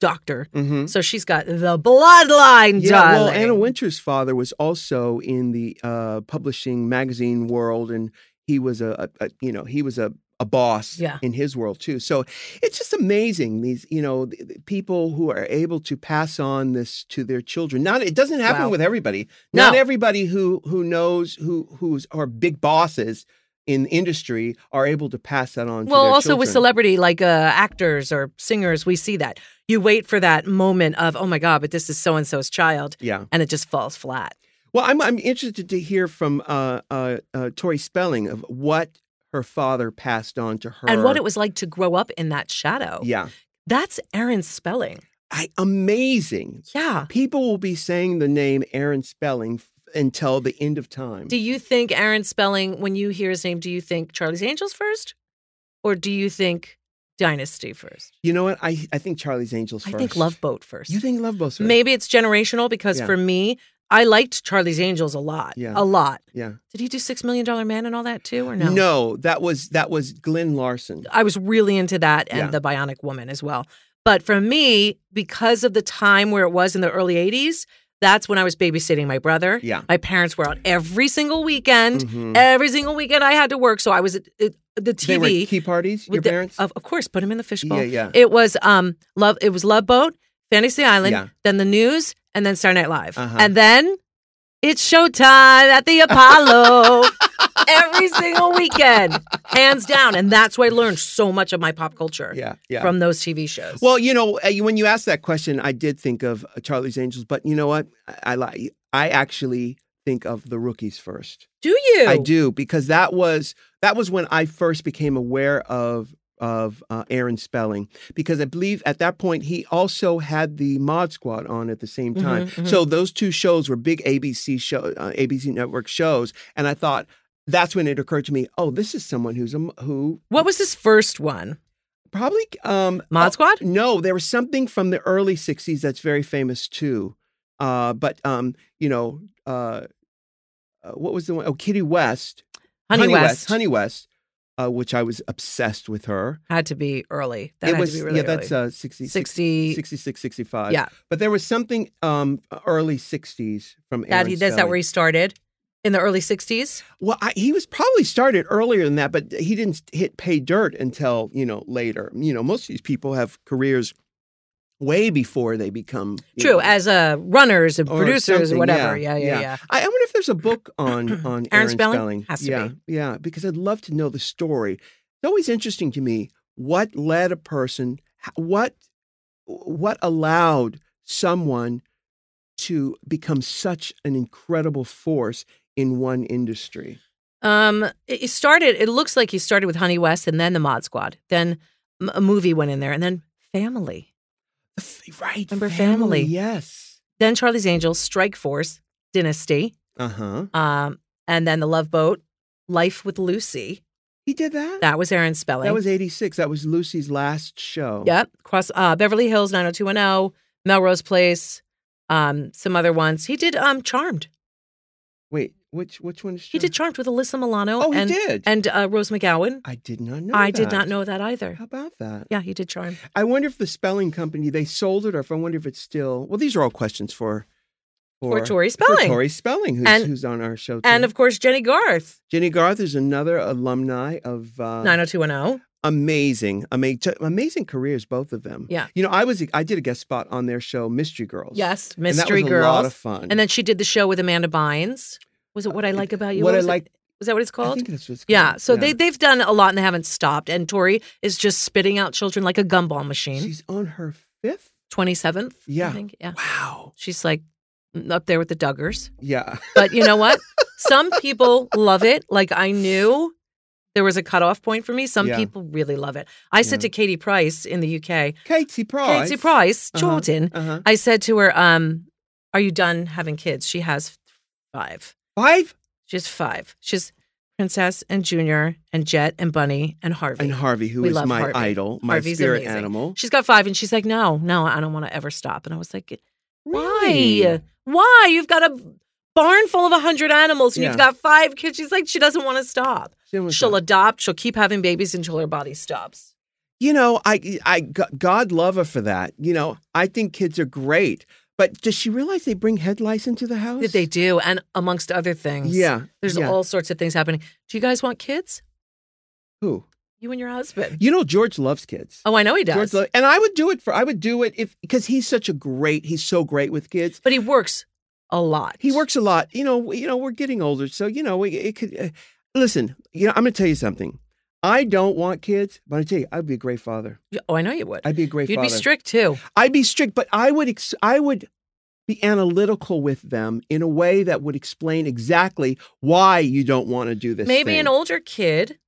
[SPEAKER 2] doctor.
[SPEAKER 1] Mhm.
[SPEAKER 2] So she's got the bloodline,
[SPEAKER 1] Yeah, well,
[SPEAKER 2] darling.
[SPEAKER 1] Anna Winter's father was also in the uh, publishing magazine world, and he was a, a, a you know he was a a boss
[SPEAKER 2] Yeah.
[SPEAKER 1] in his world too. So it's just amazing these you know th- th- people who are able to pass on this to their children. Not it doesn't happen
[SPEAKER 2] Wow.
[SPEAKER 1] with everybody.
[SPEAKER 2] No.
[SPEAKER 1] Not everybody who who knows who who's are big bosses in industry are able to pass that on.
[SPEAKER 2] Well,
[SPEAKER 1] to their
[SPEAKER 2] also with
[SPEAKER 1] children.
[SPEAKER 2] celebrity like uh, actors or singers, we see that. You wait for that moment of, oh my God, but this is so and so's child.
[SPEAKER 1] yeah.
[SPEAKER 2] And it just falls flat.
[SPEAKER 1] Well, I'm I'm interested to hear from uh, uh, uh, Tori Spelling of what her father passed on to her
[SPEAKER 2] And what it was like to grow up in that shadow.
[SPEAKER 1] Yeah,
[SPEAKER 2] That's Aaron Spelling.
[SPEAKER 1] I, amazing.
[SPEAKER 2] Yeah.
[SPEAKER 1] People will be saying the name Aaron Spelling f- until the end of time.
[SPEAKER 2] Do you think Aaron Spelling, when you hear his name, do you think Charlie's Angels first? Or do you think Dynasty first?
[SPEAKER 1] You know what? I I think Charlie's Angels. First.
[SPEAKER 2] I think Love Boat first.
[SPEAKER 1] You think Love Boat? first?
[SPEAKER 2] Maybe it's generational because
[SPEAKER 1] Yeah.
[SPEAKER 2] for me, I liked Charlie's Angels a lot.
[SPEAKER 1] Yeah.
[SPEAKER 2] A lot.
[SPEAKER 1] Yeah.
[SPEAKER 2] Did he do Six Million Dollar Man and all that too, or no?
[SPEAKER 1] that was that was Glenn Larson.
[SPEAKER 2] I was really into that and
[SPEAKER 1] Yeah.
[SPEAKER 2] the Bionic Woman as well. But for me, because of the time where it was in the early 80s, that's when I was babysitting my brother.
[SPEAKER 1] Yeah.
[SPEAKER 2] My parents were out every single weekend.
[SPEAKER 1] Mhm.
[SPEAKER 2] Every single weekend I had to work. So I was at, at the TV.
[SPEAKER 1] They were at key parties. Your
[SPEAKER 2] the-
[SPEAKER 1] parents.
[SPEAKER 2] Of, of course, put him in the fishbowl.
[SPEAKER 1] yeah, yeah.
[SPEAKER 2] It was um love. It was Love Boat, Fantasy Island,
[SPEAKER 1] Yeah.
[SPEAKER 2] then the news, and then Saturday Night Live,
[SPEAKER 1] Uh-huh.
[SPEAKER 2] and then it's showtime at the Apollo every single weekend, hands down. And that's where I learned so much of my pop culture
[SPEAKER 1] yeah, yeah.
[SPEAKER 2] from those TV shows.
[SPEAKER 1] Well, you know, uh, you- when you asked that question, I did think of uh, Charlie's Angels, but you know what? I, I lie. I actually think of the rookies first.
[SPEAKER 2] do you?
[SPEAKER 1] I do because that was that was when I first became aware of of uh, Aaron Spelling because I believe at that point he also had the Mod Squad on at the same time.
[SPEAKER 2] Mhm, mhm.
[SPEAKER 1] So those two shows were big ABC show uh, ABC network shows, and I thought that's when it occurred to me, oh, this is someone who's a, m- who
[SPEAKER 2] What was his first one?
[SPEAKER 1] probably um
[SPEAKER 2] Mod Squad?
[SPEAKER 1] no, there was something from the early '60s that's very famous too. Uh, but um, you know, uh, uh, what was the one? Oh, Kitty West,
[SPEAKER 2] Honey, West.
[SPEAKER 1] Honey West, uh, which I was obsessed with her.
[SPEAKER 2] had to be early. That
[SPEAKER 1] it
[SPEAKER 2] had
[SPEAKER 1] was
[SPEAKER 2] to be really
[SPEAKER 1] yeah, that's
[SPEAKER 2] early.
[SPEAKER 1] uh, 60,
[SPEAKER 2] 60.
[SPEAKER 1] 66, 65.
[SPEAKER 2] Yeah.
[SPEAKER 1] but there was something um early '60s from
[SPEAKER 2] that
[SPEAKER 1] Aaron
[SPEAKER 2] he that's that
[SPEAKER 1] Spelling.
[SPEAKER 2] where he started in the early 60s.
[SPEAKER 1] Well, I, he was probably started earlier than that, but he didn't hit pay dirt until you know later. You know, most of these people have careers way before they become you
[SPEAKER 2] True,
[SPEAKER 1] know,
[SPEAKER 2] as uh, runners and
[SPEAKER 1] Or
[SPEAKER 2] producers
[SPEAKER 1] something,
[SPEAKER 2] or whatever.
[SPEAKER 1] yeah,
[SPEAKER 2] Yeah, yeah, yeah.
[SPEAKER 1] yeah. I, I wonder if there's a book on on Aaron,
[SPEAKER 2] Spelling?
[SPEAKER 1] Spelling.
[SPEAKER 2] Has to
[SPEAKER 1] yeah,
[SPEAKER 2] be.
[SPEAKER 1] yeah, because I'd love to know the story. It's always interesting to me what led a person, h- what what allowed someone to become such an incredible force in one industry.
[SPEAKER 2] Um, it it started. It looks like he started with Honey West and then the Mod Squad. Then m- a movie went in there, and then Family.
[SPEAKER 1] The f- Right,
[SPEAKER 2] Remember Family.
[SPEAKER 1] Yes.
[SPEAKER 2] Then Charlie's Angels, Strike Force, Dynasty,
[SPEAKER 1] Uh huh.
[SPEAKER 2] um, and then The Love Boat, Life with Lucy.
[SPEAKER 1] He did that.
[SPEAKER 2] That was Aaron Spelling.
[SPEAKER 1] That was '86. That was Lucy's last show.
[SPEAKER 2] yep. Cross uh, Beverly Hills 90210, oh, Melrose Place, um, some other ones. He did um Charmed.
[SPEAKER 1] Wait, which which one is?
[SPEAKER 2] He did Charmed with Alyssa Milano
[SPEAKER 1] Hmm. Oh, he
[SPEAKER 2] and
[SPEAKER 1] did.
[SPEAKER 2] and uh, Rose McGowan.
[SPEAKER 1] I did not know.
[SPEAKER 2] I did
[SPEAKER 1] that.
[SPEAKER 2] not know that either.
[SPEAKER 1] How about that?
[SPEAKER 2] Yeah, he did Charmed.
[SPEAKER 1] I wonder if the spelling company they sold it, or if I wonder if it's still. Well, these are all questions for
[SPEAKER 2] For Tori Spelling.
[SPEAKER 1] For Tori Spelling, who's,
[SPEAKER 2] And-
[SPEAKER 1] who's on our show. Too.
[SPEAKER 2] And of course, Jenny Garth,
[SPEAKER 1] Jenny Garth is another alumni of uh,
[SPEAKER 2] 90210.
[SPEAKER 1] amazing, amazing, amazing careers. Both of them.
[SPEAKER 2] Yeah.
[SPEAKER 1] You know, I was I did a guest spot on their show Mystery Girls.
[SPEAKER 2] Yes,
[SPEAKER 1] and that
[SPEAKER 2] Mystery
[SPEAKER 1] was a
[SPEAKER 2] Girls.
[SPEAKER 1] lot of fun. Uh,
[SPEAKER 2] And then she did the show with Amanda Bynes. Was it What I Like About You?
[SPEAKER 1] What I
[SPEAKER 2] was it?
[SPEAKER 1] Like-
[SPEAKER 2] Is that what it's
[SPEAKER 1] I
[SPEAKER 2] called?
[SPEAKER 1] think that's what's
[SPEAKER 2] yeah. So they they've done a lot and they haven't stopped. And Tori is just spitting out children like a gumball machine.
[SPEAKER 1] She's on her fifth.
[SPEAKER 2] Twenty seventh. I
[SPEAKER 1] Yeah.
[SPEAKER 2] think. Yeah.
[SPEAKER 1] Wow.
[SPEAKER 2] She's like up there with the Duggars.
[SPEAKER 1] Yeah.
[SPEAKER 2] But you know what? Some people love it. Like I knew there was a cutoff point for me. Some
[SPEAKER 1] Yeah.
[SPEAKER 2] people really love it. I said
[SPEAKER 1] Yeah.
[SPEAKER 2] to Katie Price in the UK,
[SPEAKER 1] Katie Price.
[SPEAKER 2] Katie Price,
[SPEAKER 1] Uh-huh.
[SPEAKER 2] Jordan,
[SPEAKER 1] Uh huh.
[SPEAKER 2] I said to her, um, Are you done having kids? She has five.
[SPEAKER 1] Five
[SPEAKER 2] She has five. She's Princess and Junior and Jet and Bunny and Harvey.
[SPEAKER 1] and Harvey, who
[SPEAKER 2] We
[SPEAKER 1] is
[SPEAKER 2] love
[SPEAKER 1] my
[SPEAKER 2] Harvey.
[SPEAKER 1] idol, my
[SPEAKER 2] Harvey's
[SPEAKER 1] spirit
[SPEAKER 2] amazing.
[SPEAKER 1] animal.
[SPEAKER 2] She's got five, and she's like, No, no, I don't want to ever stop. And I was like,
[SPEAKER 1] Really?
[SPEAKER 2] Why? Why? You've got a barn full of 100 animals and
[SPEAKER 1] Yeah.
[SPEAKER 2] you've got five kids. She's like, she doesn't want to stop.
[SPEAKER 1] She was
[SPEAKER 2] she'll
[SPEAKER 1] a-
[SPEAKER 2] adopt. She'll keep having babies until her body stops.
[SPEAKER 1] you know, I, I, God love her for that. You know, I think kids are great, but does she realize they bring head lice into the house?
[SPEAKER 2] That they do. And amongst other things,
[SPEAKER 1] Yeah.
[SPEAKER 2] there's
[SPEAKER 1] yeah.
[SPEAKER 2] all sorts of things happening. Do you guys want kids?
[SPEAKER 1] Who?
[SPEAKER 2] You and your husband.
[SPEAKER 1] You know, George loves kids.
[SPEAKER 2] Oh, I know he
[SPEAKER 1] George
[SPEAKER 2] does.
[SPEAKER 1] lo- and I would do it for, I would do it if, because he's such a great, he's so great with kids.
[SPEAKER 2] but he works a lot.
[SPEAKER 1] He works a lot. You know, we- you know, we're getting older, so you know, it, it could. Uh, listen, you know, I'm going to tell you something. I don't want kids, but I tell you, I'd be a great father.
[SPEAKER 2] Oh, I know you would.
[SPEAKER 1] I'd be a great
[SPEAKER 2] You'd
[SPEAKER 1] father.
[SPEAKER 2] be strict too.
[SPEAKER 1] I'd be strict, but I would ex- I would be analytical with them in a way that would explain exactly why you don't want to do this.
[SPEAKER 2] Maybe
[SPEAKER 1] thing.
[SPEAKER 2] an older kid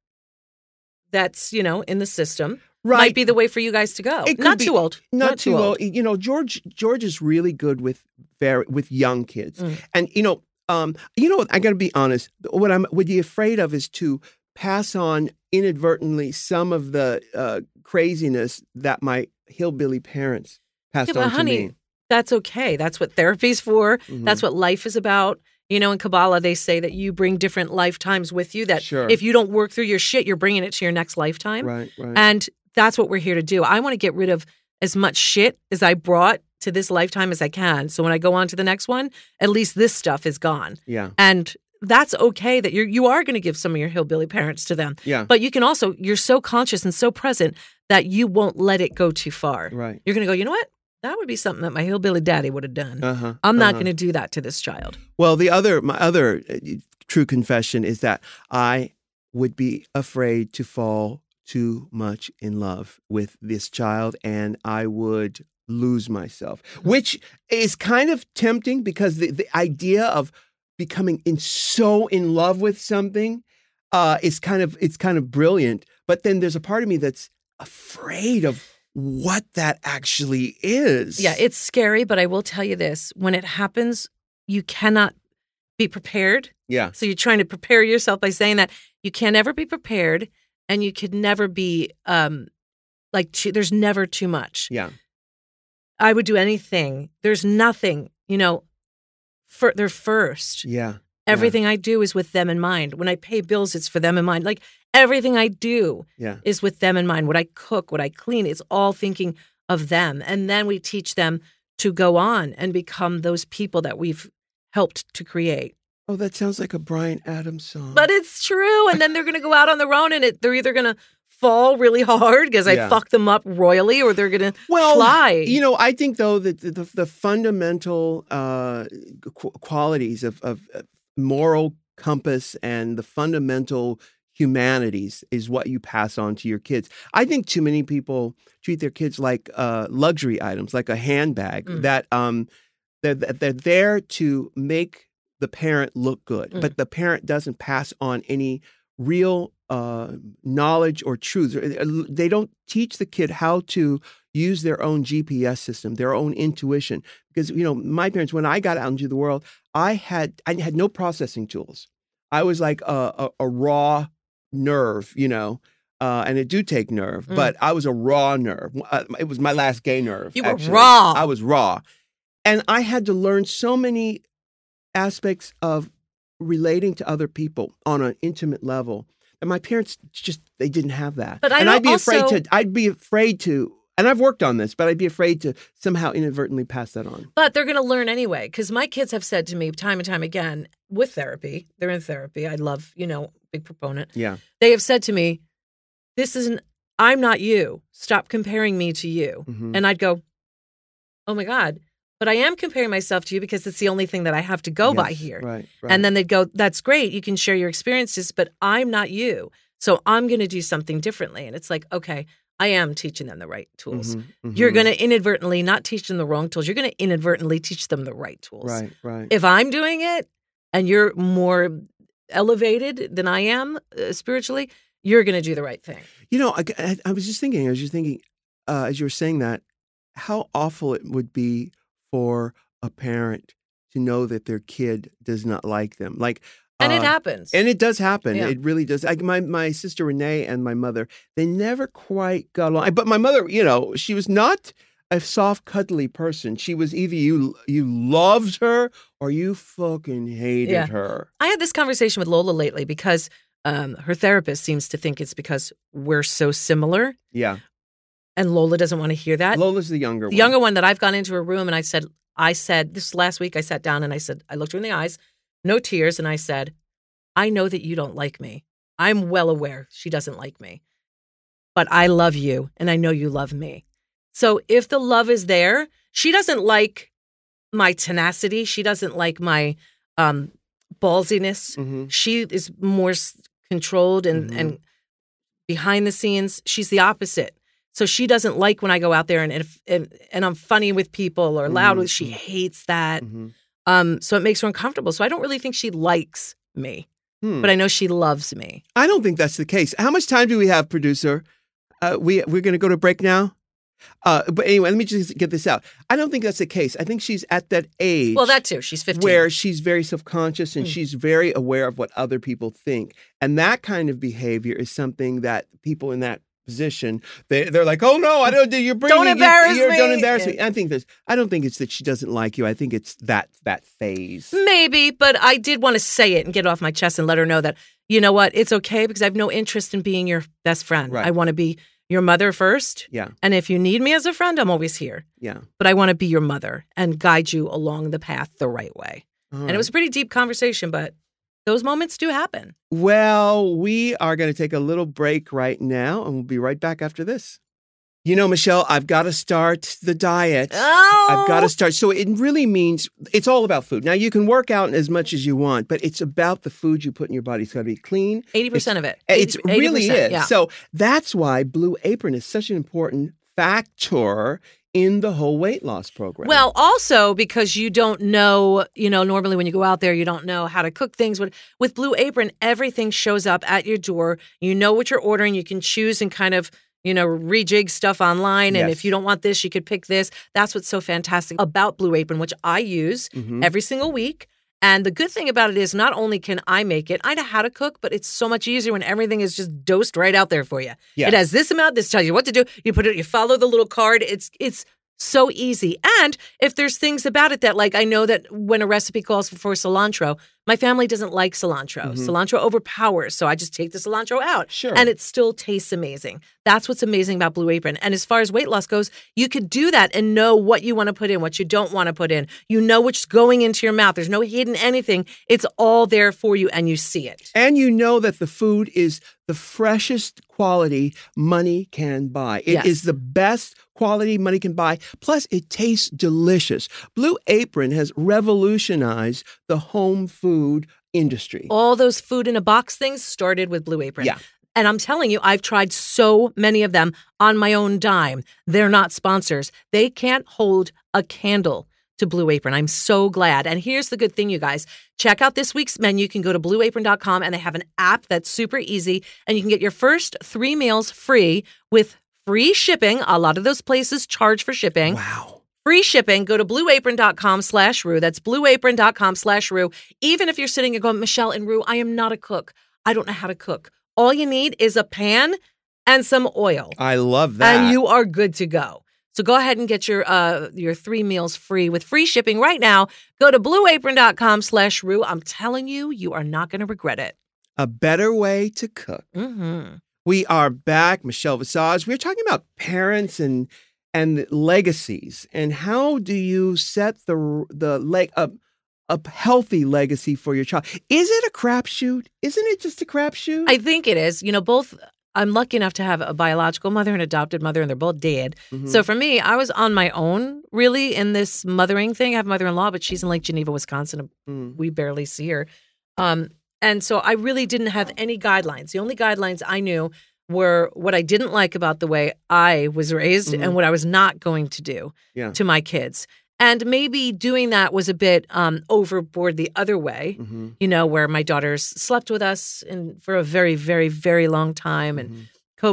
[SPEAKER 2] that's, you know, in the system
[SPEAKER 1] right.
[SPEAKER 2] might be the way for you guys to go.
[SPEAKER 1] It could
[SPEAKER 2] Not
[SPEAKER 1] be-
[SPEAKER 2] too old.
[SPEAKER 1] not, too old. You know, George George is really good with very with young kids,
[SPEAKER 2] Mm.
[SPEAKER 1] and you know, um, you know, what? I got to be honest. What I'm what you're afraid of is to pass on inadvertently some of the uh, craziness that my hillbilly parents passed
[SPEAKER 2] Yeah, but
[SPEAKER 1] on
[SPEAKER 2] honey,
[SPEAKER 1] to me.
[SPEAKER 2] that's okay. That's what therapy's for.
[SPEAKER 1] Mhm.
[SPEAKER 2] That's what life is about. You know, in Kabbalah, they say that you bring different lifetimes with you, that
[SPEAKER 1] Sure.
[SPEAKER 2] if you don't work through your shit, you're bringing it to your next lifetime.
[SPEAKER 1] right, right.
[SPEAKER 2] And that's what we're here to do. I want to get rid of as much shit as I brought to this lifetime as I can. So when I go on to the next one, at least this stuff is gone.
[SPEAKER 1] yeah,
[SPEAKER 2] And that's okay that you're, you are going to give some of your hillbilly parents to them.
[SPEAKER 1] yeah,
[SPEAKER 2] But you can also, you're so conscious and so present that you won't let it go too far.
[SPEAKER 1] right.
[SPEAKER 2] You're going to go, you know what? That would be something that my hillbilly daddy would have done.
[SPEAKER 1] Uh huh.
[SPEAKER 2] I'm not going to do that to this child.
[SPEAKER 1] Well, the other my other uh, true confession is that I would be afraid to fall too much in love with this child and I would lose myself, which is kind of tempting because the, the idea of becoming in so in love with something uh, is kind of it's kind of brilliant. But then there's a part of me that's afraid of what that actually is.
[SPEAKER 2] Yeah, it's scary, but I will tell you this when it happens, you cannot be prepared.
[SPEAKER 1] yeah.
[SPEAKER 2] So you're trying to prepare yourself by saying that you can never be prepared and you could never be um like too, there's never too much.
[SPEAKER 1] Yeah.
[SPEAKER 2] I would do anything. There's nothing, you know, for they're first.
[SPEAKER 1] Yeah.
[SPEAKER 2] Everything I do is with them in mind. When I pay bills, it's for them in mind. Like everything I do
[SPEAKER 1] Yeah.
[SPEAKER 2] is with them in mind. What I cook, what I clean, it's all thinking of them. And then we teach them to go on and become those people that we've helped to create.
[SPEAKER 1] Oh, that sounds like a Brian Adams song.
[SPEAKER 2] But it's true. And then they're going to go out on their own and it, they're either going to fall really hard because
[SPEAKER 1] Yeah.
[SPEAKER 2] I fucked them up royally or they're going to
[SPEAKER 1] well,
[SPEAKER 2] fly.
[SPEAKER 1] you know, I think though that the, the, the fundamental uh, qu- qualities of, of uh, moral compass and the fundamental humanities is what you pass on to your kids. I think too many people treat their kids like uh, luxury items, like a handbag
[SPEAKER 2] Mm.
[SPEAKER 1] that um they're, they're there to make the parent look good,
[SPEAKER 2] Mm.
[SPEAKER 1] but the parent doesn't pass on any real uh, knowledge or truths. Or- They don't teach the kid how to use their own GPS system, their own intuition. Because you know, my parents, when I got out into the world, I had I had no processing tools. I was like a, a, a raw nerve, you know. Uh, and it do take nerve,
[SPEAKER 2] Mm.
[SPEAKER 1] but I was a raw nerve. Uh, It was my last gay nerve.
[SPEAKER 2] You were
[SPEAKER 1] actually.
[SPEAKER 2] raw.
[SPEAKER 1] I was raw, and I had to learn so many aspects of relating to other people on an intimate level. And my parents just they didn't have that.
[SPEAKER 2] But I
[SPEAKER 1] and
[SPEAKER 2] don't-
[SPEAKER 1] I'd be
[SPEAKER 2] also-
[SPEAKER 1] afraid to I'd be afraid to and I've worked on this, but I'd be afraid to somehow inadvertently pass that on.
[SPEAKER 2] But they're going to learn anyway because my kids have said to me time and time again with therapy, they're in therapy. I love, you know, big proponent.
[SPEAKER 1] Yeah.
[SPEAKER 2] They have said to me, This isn't, I'm not you. Stop comparing me to you.
[SPEAKER 1] Mhm.
[SPEAKER 2] And I'd go, Oh my God, But I am comparing myself to you because it's the only thing that I have to go by
[SPEAKER 1] Yes,
[SPEAKER 2] here.
[SPEAKER 1] Right, right.
[SPEAKER 2] And then they'd go, That's great. You can share your experiences, but I'm not you. So I'm going to do something differently. And it's like, okay, I am teaching them the right tools.
[SPEAKER 1] Mhm,
[SPEAKER 2] You're
[SPEAKER 1] mhm.
[SPEAKER 2] going to inadvertently not teach them the wrong tools. You're going to inadvertently teach them the right tools.
[SPEAKER 1] Right, right.
[SPEAKER 2] If I'm doing it and you're more elevated than I am uh, spiritually, you're going to do the right thing.
[SPEAKER 1] You know, I, I- I was just thinking, I was just thinking, uh, as you were saying that, how awful it would be for a parent to know that their kid does not like them. Like,
[SPEAKER 2] And it
[SPEAKER 1] uh,
[SPEAKER 2] happens.
[SPEAKER 1] And it does happen.
[SPEAKER 2] Yeah.
[SPEAKER 1] It really does. Like my my sister Renee and my mother, they never quite got along. But my mother, you know, she was not a soft, cuddly person. She was either you you loved her or you fucking hated
[SPEAKER 2] Yeah.
[SPEAKER 1] her.
[SPEAKER 2] I had this conversation with Lola lately because um, her therapist seems to think it's because we're so similar,
[SPEAKER 1] Yeah.
[SPEAKER 2] and Lola doesn't want to hear that.
[SPEAKER 1] Lola's the younger
[SPEAKER 2] the
[SPEAKER 1] one.
[SPEAKER 2] younger one that I've gone into her room and I said, I said this last week. I sat down and I said, I looked her in the eyes, no tears, and I said, I know that you don't like me. I'm well aware she doesn't like me, but I love you, and I know you love me. So if the love is there, she doesn't like my tenacity. She doesn't like my um, ballsiness
[SPEAKER 1] Mhm.
[SPEAKER 2] she is more s- controlled and
[SPEAKER 1] Mhm.
[SPEAKER 2] and behind the scenes she's the opposite so she doesn't like when i go out there and if, and, and i'm funny with people or loud
[SPEAKER 1] Mhm,
[SPEAKER 2] with she
[SPEAKER 1] mhm.
[SPEAKER 2] hates that
[SPEAKER 1] Mhm.
[SPEAKER 2] um so it makes her uncomfortable so i don't really think she likes me
[SPEAKER 1] Hmm.
[SPEAKER 2] but i know she loves me
[SPEAKER 1] I don't think that's the case. How much time do we have, producer? Uh, we we're going to go to break now. Uh, but anyway, let me just get this out. I don't think that's the case. I think she's at that age.
[SPEAKER 2] well that too she's 15
[SPEAKER 1] where she's very self-conscious and
[SPEAKER 2] Mm.
[SPEAKER 1] she's very aware of what other people think and that kind of behavior is something that people in that position they, they're like oh no i don't you're bringing you-
[SPEAKER 2] embarrass
[SPEAKER 1] you're- don't
[SPEAKER 2] me."
[SPEAKER 1] embarrass
[SPEAKER 2] Yeah.
[SPEAKER 1] me i think this i don't think it's that she doesn't like you i think it's that that phase
[SPEAKER 2] maybe but i did want to say it and get it off my chest and let her know that you know what it's okay because i have no interest in being your best friend
[SPEAKER 1] Right.
[SPEAKER 2] i want to be your mother first
[SPEAKER 1] yeah
[SPEAKER 2] and if you need me as a friend i'm always here
[SPEAKER 1] yeah
[SPEAKER 2] but I want to be your mother and guide you along the path the right way.
[SPEAKER 1] All
[SPEAKER 2] And it was a pretty deep conversation, but those moments do happen.
[SPEAKER 1] right. well we are going to take a little break right now and we'll be right back after this you know michelle i've got to start the diet
[SPEAKER 2] Oh,
[SPEAKER 1] I've got to start. So it really means it's all about food. Now you can work out as much as you want, but it's about the food you put in your body. It's got to be clean.
[SPEAKER 2] eighty percent of it.
[SPEAKER 1] It's
[SPEAKER 2] 80%
[SPEAKER 1] really is.
[SPEAKER 2] Yeah.
[SPEAKER 1] So that's why Blue Apron is such an important factor in the whole weight loss program.
[SPEAKER 2] Well, also because you don't know, you know, normally when you go out there, you don't know how to cook things. With with Blue Apron, everything shows up at your door. You know what you're ordering. You can choose and kind of, you know, rejig stuff online. And
[SPEAKER 1] Yes.
[SPEAKER 2] if you don't want this, you could pick this. That's what's so fantastic about Blue Apron, which I use.
[SPEAKER 1] Mhm.
[SPEAKER 2] every single week. And the good thing about it is not only can I make it, I know how to cook, but it's so much easier when everything is just dosed right out there for you.
[SPEAKER 1] Yeah.
[SPEAKER 2] It has this amount, this tells you what to do. You put it, you follow the little card. It's it's so easy. And if there's things about it that like I know that when a recipe calls for cilantro, my family doesn't like cilantro.
[SPEAKER 1] Mhm.
[SPEAKER 2] Cilantro overpowers, so I just take the cilantro out.
[SPEAKER 1] sure.
[SPEAKER 2] And it still tastes amazing. That's what's amazing about Blue Apron. And as far as weight loss goes, you could do that and know what you want to put in, what you don't want to put in. You know what's going into your mouth. There's no hidden anything. It's all there for you and you see it.
[SPEAKER 1] and you know that the food is the freshest quality money can buy. It is
[SPEAKER 2] Yes.
[SPEAKER 1] the best quality money can buy. Plus, it tastes delicious. Blue Apron has revolutionized the home food industry.
[SPEAKER 2] All those food in a box things started with Blue Apron.
[SPEAKER 1] Yeah.
[SPEAKER 2] And I'm telling you, I've tried so many of them on my own dime. They're not sponsors. They can't hold a candle to Blue Apron. I'm so glad. And here's the good thing, you guys. Check out this week's menu. You can go to blueapron.com and they have an app that's super easy and you can get your first 3 meals free with free shipping. A lot of those places charge for shipping
[SPEAKER 1] Wow.
[SPEAKER 2] free shipping go to blueapron.com slash rue that's blueapron.com slash rue even if you're sitting and going michelle and rue i am not a cook i don't know how to cook all you need is a pan and some oil
[SPEAKER 1] I love that.
[SPEAKER 2] and you are good to go so go ahead and get your uh your three meals free with free shipping right now go to blueapron.com slash rue i'm telling you you are not going to regret it
[SPEAKER 1] a better way to cook.
[SPEAKER 2] mm-hmm.
[SPEAKER 1] We are back, Michelle Visage. We're talking about parents and and legacies, and how do you set the the leg a, a healthy legacy for your child? Is it a crapshoot? Isn't it just a crapshoot?
[SPEAKER 2] I think it is. You know, both I'm lucky enough to have a biological mother and adopted mother, and they're both dead.
[SPEAKER 1] Mhm.
[SPEAKER 2] So for me, I was on my own really in this mothering thing. I have mother in law, but she's in Lake Geneva, Wisconsin.
[SPEAKER 1] Mm.
[SPEAKER 2] We barely see her. Um, and so I really didn't have any guidelines. The only guidelines I knew were what I didn't like about the way I was raised
[SPEAKER 1] Mhm.
[SPEAKER 2] and what I was not going to do
[SPEAKER 1] Yeah.
[SPEAKER 2] to my kids. And maybe doing that was a bit um, overboard the other way
[SPEAKER 1] Mhm.
[SPEAKER 2] you know, where my daughters slept with us and for a very, very, very long time and
[SPEAKER 1] Mhm.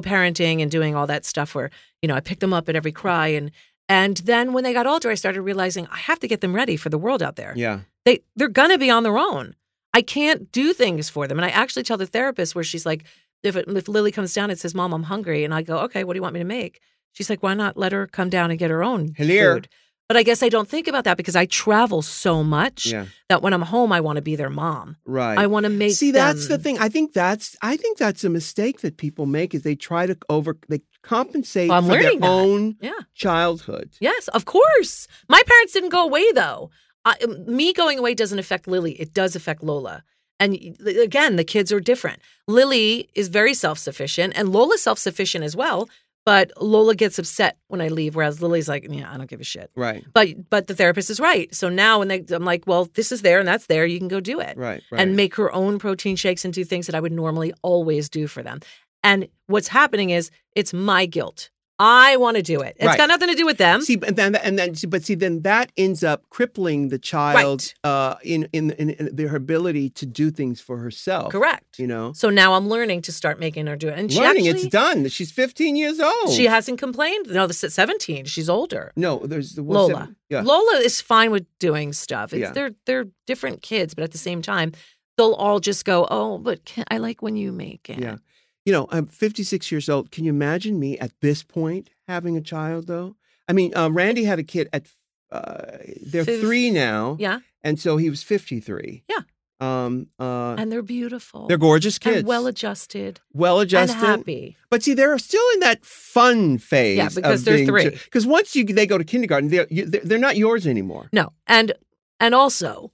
[SPEAKER 2] co-parenting and doing all that stuff where, you know, I picked them up at every cry and and then when they got older, I started realizing I have to get them ready for the world out there.
[SPEAKER 1] Yeah.
[SPEAKER 2] They they're gonna be on their own. I can't do things for them. And I actually tell the therapist where she's like, if it, if Lily comes down and says, "Mom, I'm hungry," and I go, "Okay, what do you want me to make?" She's like, "Why not let her come down and get her own
[SPEAKER 1] Hello.
[SPEAKER 2] food?" But I guess I don't think about that because I travel so much
[SPEAKER 1] Yeah.
[SPEAKER 2] that when I'm home, I want to be their mom.
[SPEAKER 1] Right.
[SPEAKER 2] I want to make.
[SPEAKER 1] See, that's the
[SPEAKER 2] them-
[SPEAKER 1] thing. I think that's I think that's a mistake that people make is they try to over they compensate
[SPEAKER 2] Well, I'm
[SPEAKER 1] for their
[SPEAKER 2] learning that.
[SPEAKER 1] own
[SPEAKER 2] Yeah.
[SPEAKER 1] childhood.
[SPEAKER 2] Yes, of course. My parents didn't go away though. I, um, me going away doesn't affect Lily. It does affect Lola. And y- again, the kids are different. Lily is very self-sufficient, and Lola's self-sufficient as well. But Lola gets upset when I leave, whereas Lily's like, "Yeah, I don't give a shit."
[SPEAKER 1] Right.
[SPEAKER 2] But but the therapist is right. So now when they, I'm like, "Well, this is there and that's there. You can go do it."
[SPEAKER 1] Right. Right.
[SPEAKER 2] and make her own protein shakes and do things that I would normally always do for them. And what's happening is it's my guilt. I want to do it. It's
[SPEAKER 1] Right.
[SPEAKER 2] got nothing to do with them.
[SPEAKER 1] See, and then and then, see, but see, then that ends up crippling the child uh, in, in in in their ability to do things for herself.
[SPEAKER 2] Correct.
[SPEAKER 1] You know,
[SPEAKER 2] So now I'm learning to start making her do it. And she
[SPEAKER 1] learning
[SPEAKER 2] actually,
[SPEAKER 1] it's done. She's 15 years old.
[SPEAKER 2] she hasn't complained. No, this is 17. She's older.
[SPEAKER 1] no. There's the one
[SPEAKER 2] Lola.
[SPEAKER 1] seven- yeah.
[SPEAKER 2] Lola is fine with doing stuff. It's,
[SPEAKER 1] Yeah.
[SPEAKER 2] They're they're different kids, but at the same time, they'll all just go, "Oh, but can, I like when you make it."
[SPEAKER 1] Yeah. You know, I'm 56 years old. Can you imagine me at this point having a child, though? I mean, uh, Randy had a kid at, uh, they're
[SPEAKER 2] Fif-
[SPEAKER 1] three now.
[SPEAKER 2] Yeah.
[SPEAKER 1] And so he was 53.
[SPEAKER 2] Yeah.
[SPEAKER 1] Um, uh,
[SPEAKER 2] And they're beautiful.
[SPEAKER 1] they're gorgeous kids.
[SPEAKER 2] and well adjusted
[SPEAKER 1] well adjusted.
[SPEAKER 2] and happy.
[SPEAKER 1] But see, they're still in that fun phase.
[SPEAKER 2] Yeah, because they're three.
[SPEAKER 1] Because once you they go to kindergarten, they're, you, they're they're not yours anymore.
[SPEAKER 2] No, and and also,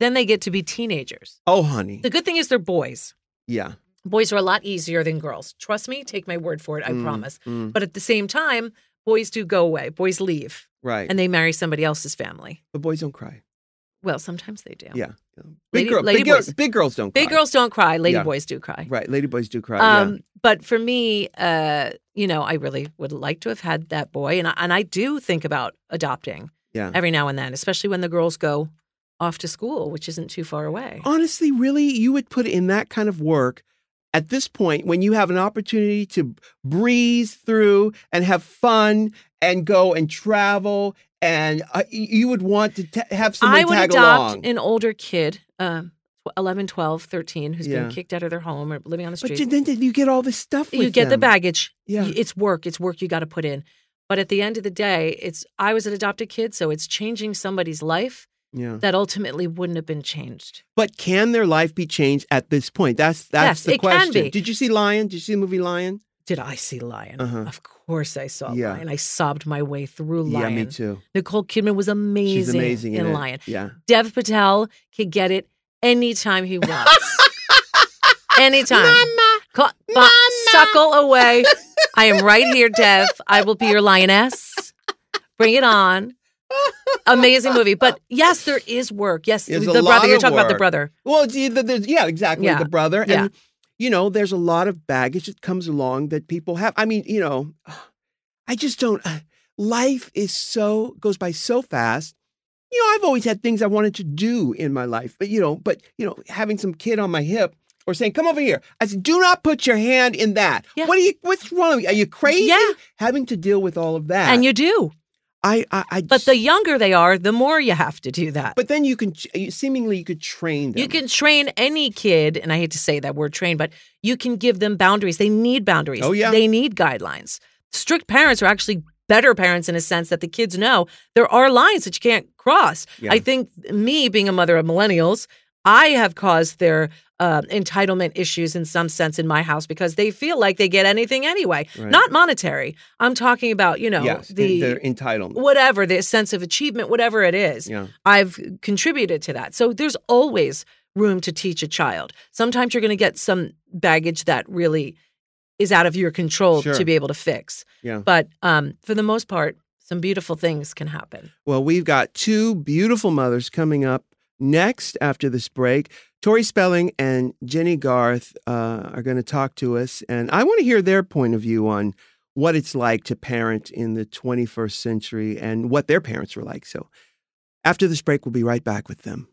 [SPEAKER 2] then they get to be teenagers.
[SPEAKER 1] Oh, honey.
[SPEAKER 2] The good thing is they're boys.
[SPEAKER 1] Yeah.
[SPEAKER 2] Boys are a lot easier than girls. Trust me, take my word for it. I
[SPEAKER 1] Mm,
[SPEAKER 2] promise.
[SPEAKER 1] mm,
[SPEAKER 2] But at the same time, boys do go away. Boys leave
[SPEAKER 1] right.
[SPEAKER 2] and they marry somebody else's family.
[SPEAKER 1] but boys don't cry.
[SPEAKER 2] Well, sometimes they do.
[SPEAKER 1] Yeah. Big,
[SPEAKER 2] Lady-
[SPEAKER 1] girl,
[SPEAKER 2] lady
[SPEAKER 1] big, girl,
[SPEAKER 2] boys.
[SPEAKER 1] big girls don't
[SPEAKER 2] Big
[SPEAKER 1] cry.
[SPEAKER 2] girls don't cry. Lady
[SPEAKER 1] Yeah.
[SPEAKER 2] boys do cry.
[SPEAKER 1] Right. Lady boys do cry. yeah.
[SPEAKER 2] Um, but for me, uh, you know, I really would like to have had that boy, and I, and I do think about adopting
[SPEAKER 1] Yeah.
[SPEAKER 2] every now and then, especially when the girls go off to school, which isn't too far away.
[SPEAKER 1] honestly, really, you would put in that kind of work at this point when you have an opportunity to breeze through and have fun and go and travel, and uh, y- you would want to ta have somebody
[SPEAKER 2] I would
[SPEAKER 1] tag
[SPEAKER 2] adopt
[SPEAKER 1] along.
[SPEAKER 2] an older kid, um, tw- 11, 12, 13, who's
[SPEAKER 1] Yeah.
[SPEAKER 2] been kicked out of their home or living on the
[SPEAKER 1] but
[SPEAKER 2] street.
[SPEAKER 1] you- then you get all this stuff.
[SPEAKER 2] you
[SPEAKER 1] with
[SPEAKER 2] get the
[SPEAKER 1] them.
[SPEAKER 2] baggage.
[SPEAKER 1] Yeah.
[SPEAKER 2] Y- It's work. It's work you got to put in. But at the end of the day, it's I was an adopted kid, so it's changing somebody's life
[SPEAKER 1] Yeah.
[SPEAKER 2] that ultimately wouldn't have been changed.
[SPEAKER 1] But can their life be changed at this point? That's that's
[SPEAKER 2] Yes,
[SPEAKER 1] the
[SPEAKER 2] it can
[SPEAKER 1] question.
[SPEAKER 2] be.
[SPEAKER 1] Did you see Lion? Did you see the movie Lion?
[SPEAKER 2] Did I see Lion?
[SPEAKER 1] Uh-huh.
[SPEAKER 2] Of course I saw
[SPEAKER 1] Yeah.
[SPEAKER 2] Lion. I sobbed my way through
[SPEAKER 1] Yeah,
[SPEAKER 2] Lion.
[SPEAKER 1] me too.
[SPEAKER 2] Nicole Kidman was amazing,
[SPEAKER 1] She's amazing in
[SPEAKER 2] in,
[SPEAKER 1] it.
[SPEAKER 2] Lion.
[SPEAKER 1] Yeah.
[SPEAKER 2] Dev Patel could get it anytime he wants. anytime.
[SPEAKER 1] Mama.
[SPEAKER 2] Call,
[SPEAKER 1] Mama.
[SPEAKER 2] suckle away. I am right here, Dev. I will be your lioness. Bring it on. Amazing movie. But yes, there is work. Yes,
[SPEAKER 1] There's a
[SPEAKER 2] the
[SPEAKER 1] lot
[SPEAKER 2] brother. You're
[SPEAKER 1] of
[SPEAKER 2] talking about the
[SPEAKER 1] work.
[SPEAKER 2] brother.
[SPEAKER 1] Well, it's either there's, yeah, exactly.
[SPEAKER 2] Yeah.
[SPEAKER 1] The brother. And,
[SPEAKER 2] Yeah.
[SPEAKER 1] you know, there's a lot of baggage that comes along that people have. I mean, you know, I just don't. Life is so, goes by so fast. You know, I've always had things I wanted to do in my life, but, you know, but, you know, having some kid on my hip or saying, come over here. I said, do not put your hand in that.
[SPEAKER 2] Yeah.
[SPEAKER 1] What are you, what's wrong? with you? Are you crazy?
[SPEAKER 2] Yeah.
[SPEAKER 1] Having to deal with all of that.
[SPEAKER 2] And you do.
[SPEAKER 1] I, I, I
[SPEAKER 2] But
[SPEAKER 1] just-
[SPEAKER 2] the younger they are, the more you have to do that.
[SPEAKER 1] but then you can, you- seemingly you could train them.
[SPEAKER 2] You can train any kid, and I hate to say that word train, but you can give them boundaries. They need boundaries.
[SPEAKER 1] Oh, yeah.
[SPEAKER 2] They need guidelines. Strict parents are actually better parents in a sense that the kids know there are lines that you can't cross.
[SPEAKER 1] Yeah.
[SPEAKER 2] I think me being a mother of millennials, I have caused their uh, entitlement issues in some sense in my house because they feel like they get anything anyway,
[SPEAKER 1] Right.
[SPEAKER 2] not monetary. I'm talking about, you know,
[SPEAKER 1] yes,
[SPEAKER 2] the
[SPEAKER 1] their entitlement.
[SPEAKER 2] whatever, the sense of achievement, whatever it is.
[SPEAKER 1] yeah.
[SPEAKER 2] I've contributed to that. So there's always room to teach a child. Sometimes you're going to get some baggage that really is out of your control
[SPEAKER 1] Sure.
[SPEAKER 2] to be able to fix.
[SPEAKER 1] Yeah.
[SPEAKER 2] But um, for the most part, some beautiful things can happen.
[SPEAKER 1] Well, we've got two beautiful mothers coming up next after this break. Tori Spelling and Jenny Garth uh, are going to talk to us, and I want to hear their point of view on what it's like to parent in the 21st century and what their parents were like. So, after this break, we'll be right back with them.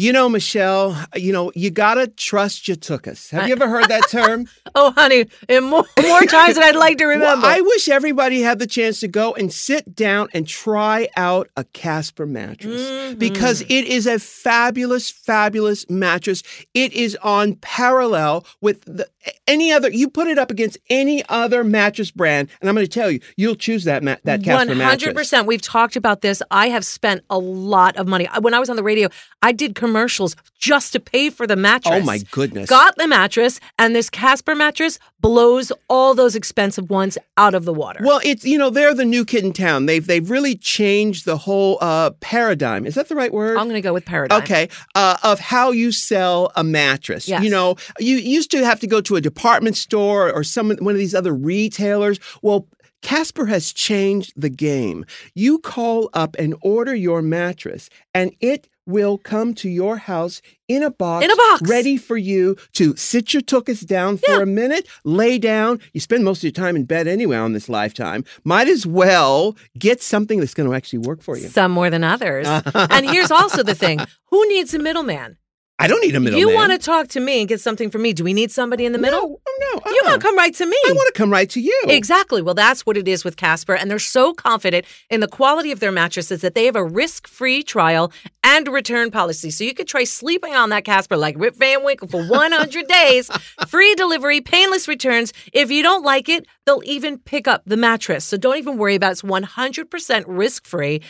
[SPEAKER 1] You know, Michelle, you know, you got to trust you took us. Have you ever heard that term?
[SPEAKER 2] Oh, honey, and more, more times than I'd like to remember.
[SPEAKER 1] Well, I wish everybody had the chance to go and sit down and try out a Casper mattress because it is a fabulous, fabulous mattress. It is on parallel with the, any other. You put it up against any other mattress brand, and I'm going to tell you, you'll choose that ma- that Casper mattress.
[SPEAKER 2] 100%. We've talked about this. I have spent a lot of money. When I was on the radio, I did commercials just to pay for the mattress.
[SPEAKER 1] Oh my goodness!
[SPEAKER 2] Got the mattress, and this Casper mattress blows all those expensive ones out of the water.
[SPEAKER 1] Well, it's you know they're the new kid in town. They've they've really changed the whole uh, paradigm. Is that the right word?
[SPEAKER 2] I'm going to go with Paradigm.
[SPEAKER 1] Okay, uh, of how you sell a mattress.
[SPEAKER 2] Yes.
[SPEAKER 1] You know, you used to have to go to a department store or some one of these other retailers. Well, Casper has changed the game. You call up and order your mattress, and it will come to your house in a box,
[SPEAKER 2] In a box.
[SPEAKER 1] ready for you to sit your tuchus down for a minute, lay down. You spend most of your time in bed anyway on this lifetime. Might as well get something that's going to actually work for you.
[SPEAKER 2] Some more than others. and here's also the thing who needs a middleman?
[SPEAKER 1] I don't need a middleman.
[SPEAKER 2] You want to talk to me and get something from me. Do we need somebody in the middle?
[SPEAKER 1] No, oh, no.
[SPEAKER 2] You
[SPEAKER 1] uh-uh.
[SPEAKER 2] want to come right to me.
[SPEAKER 1] I want to come right to you.
[SPEAKER 2] Exactly. Well, that's what it is with Casper. And they're so confident in the quality of their mattresses that they have a risk free trial and return policy. So you could try sleeping on that Casper like Rip Van Winkle for 100 days, free delivery, painless returns. If you don't like it, they'll even pick up the mattress. So don't even worry about it. It's 100% risk free.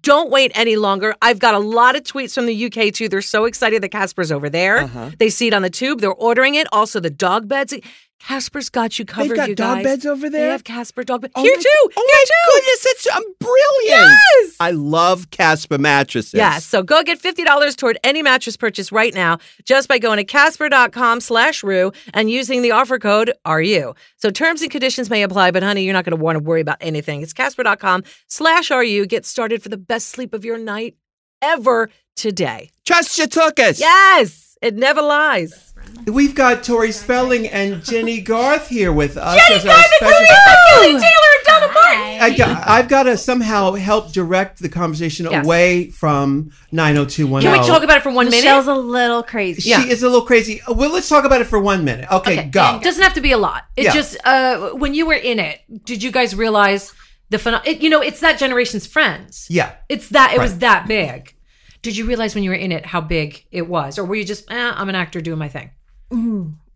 [SPEAKER 2] Don't wait any longer. I've got a lot of tweets from the UK too. They're so excited that Casper's over there.
[SPEAKER 1] Uh-huh.
[SPEAKER 2] They see it on the tube. They're ordering it. Also, the dog beds. Casper's got you covered.
[SPEAKER 1] They've got
[SPEAKER 2] you
[SPEAKER 1] dog
[SPEAKER 2] guys.
[SPEAKER 1] beds over there.
[SPEAKER 2] They have Casper dog bed.
[SPEAKER 1] Oh
[SPEAKER 2] Here
[SPEAKER 1] my-
[SPEAKER 2] too.
[SPEAKER 1] Oh
[SPEAKER 2] Here
[SPEAKER 1] my
[SPEAKER 2] too.
[SPEAKER 1] goodness, it's um, brilliant.
[SPEAKER 2] Yes.
[SPEAKER 1] I love Casper mattresses.
[SPEAKER 2] Yes. So go get $50 toward any mattress purchase right now just by going to casper.com slash rue and using the offer code RU. So terms and conditions may apply, but honey, you're not going to want to worry about anything. It's casper.com slash RU. Get started for the best sleep of your night ever today.
[SPEAKER 1] Trust your tuchus.
[SPEAKER 2] Yes. It never lies.
[SPEAKER 1] We've got Tori Spelling and Jenny Garth here with us. as our special-
[SPEAKER 2] Kelly Taylor and Donna Martin.
[SPEAKER 1] I got, I've got to somehow help direct the conversation
[SPEAKER 2] Yes.
[SPEAKER 1] away from 90210.
[SPEAKER 2] Can we talk about it for one
[SPEAKER 3] Michelle's
[SPEAKER 2] minute?
[SPEAKER 3] a little crazy.
[SPEAKER 1] She is a little crazy. Uh, Well, let's talk about it for one minute. Okay, go.
[SPEAKER 2] It doesn't have to be a lot. It
[SPEAKER 1] Yeah.
[SPEAKER 2] just uh, when you were in it, did you guys realize the phenom- it, You know, it's that generation's friends.
[SPEAKER 1] Yeah.
[SPEAKER 2] It's that it was
[SPEAKER 1] Right.
[SPEAKER 2] that big. Did you realize when you were in it how big it was, or were you just eh, I'm an actor doing my thing?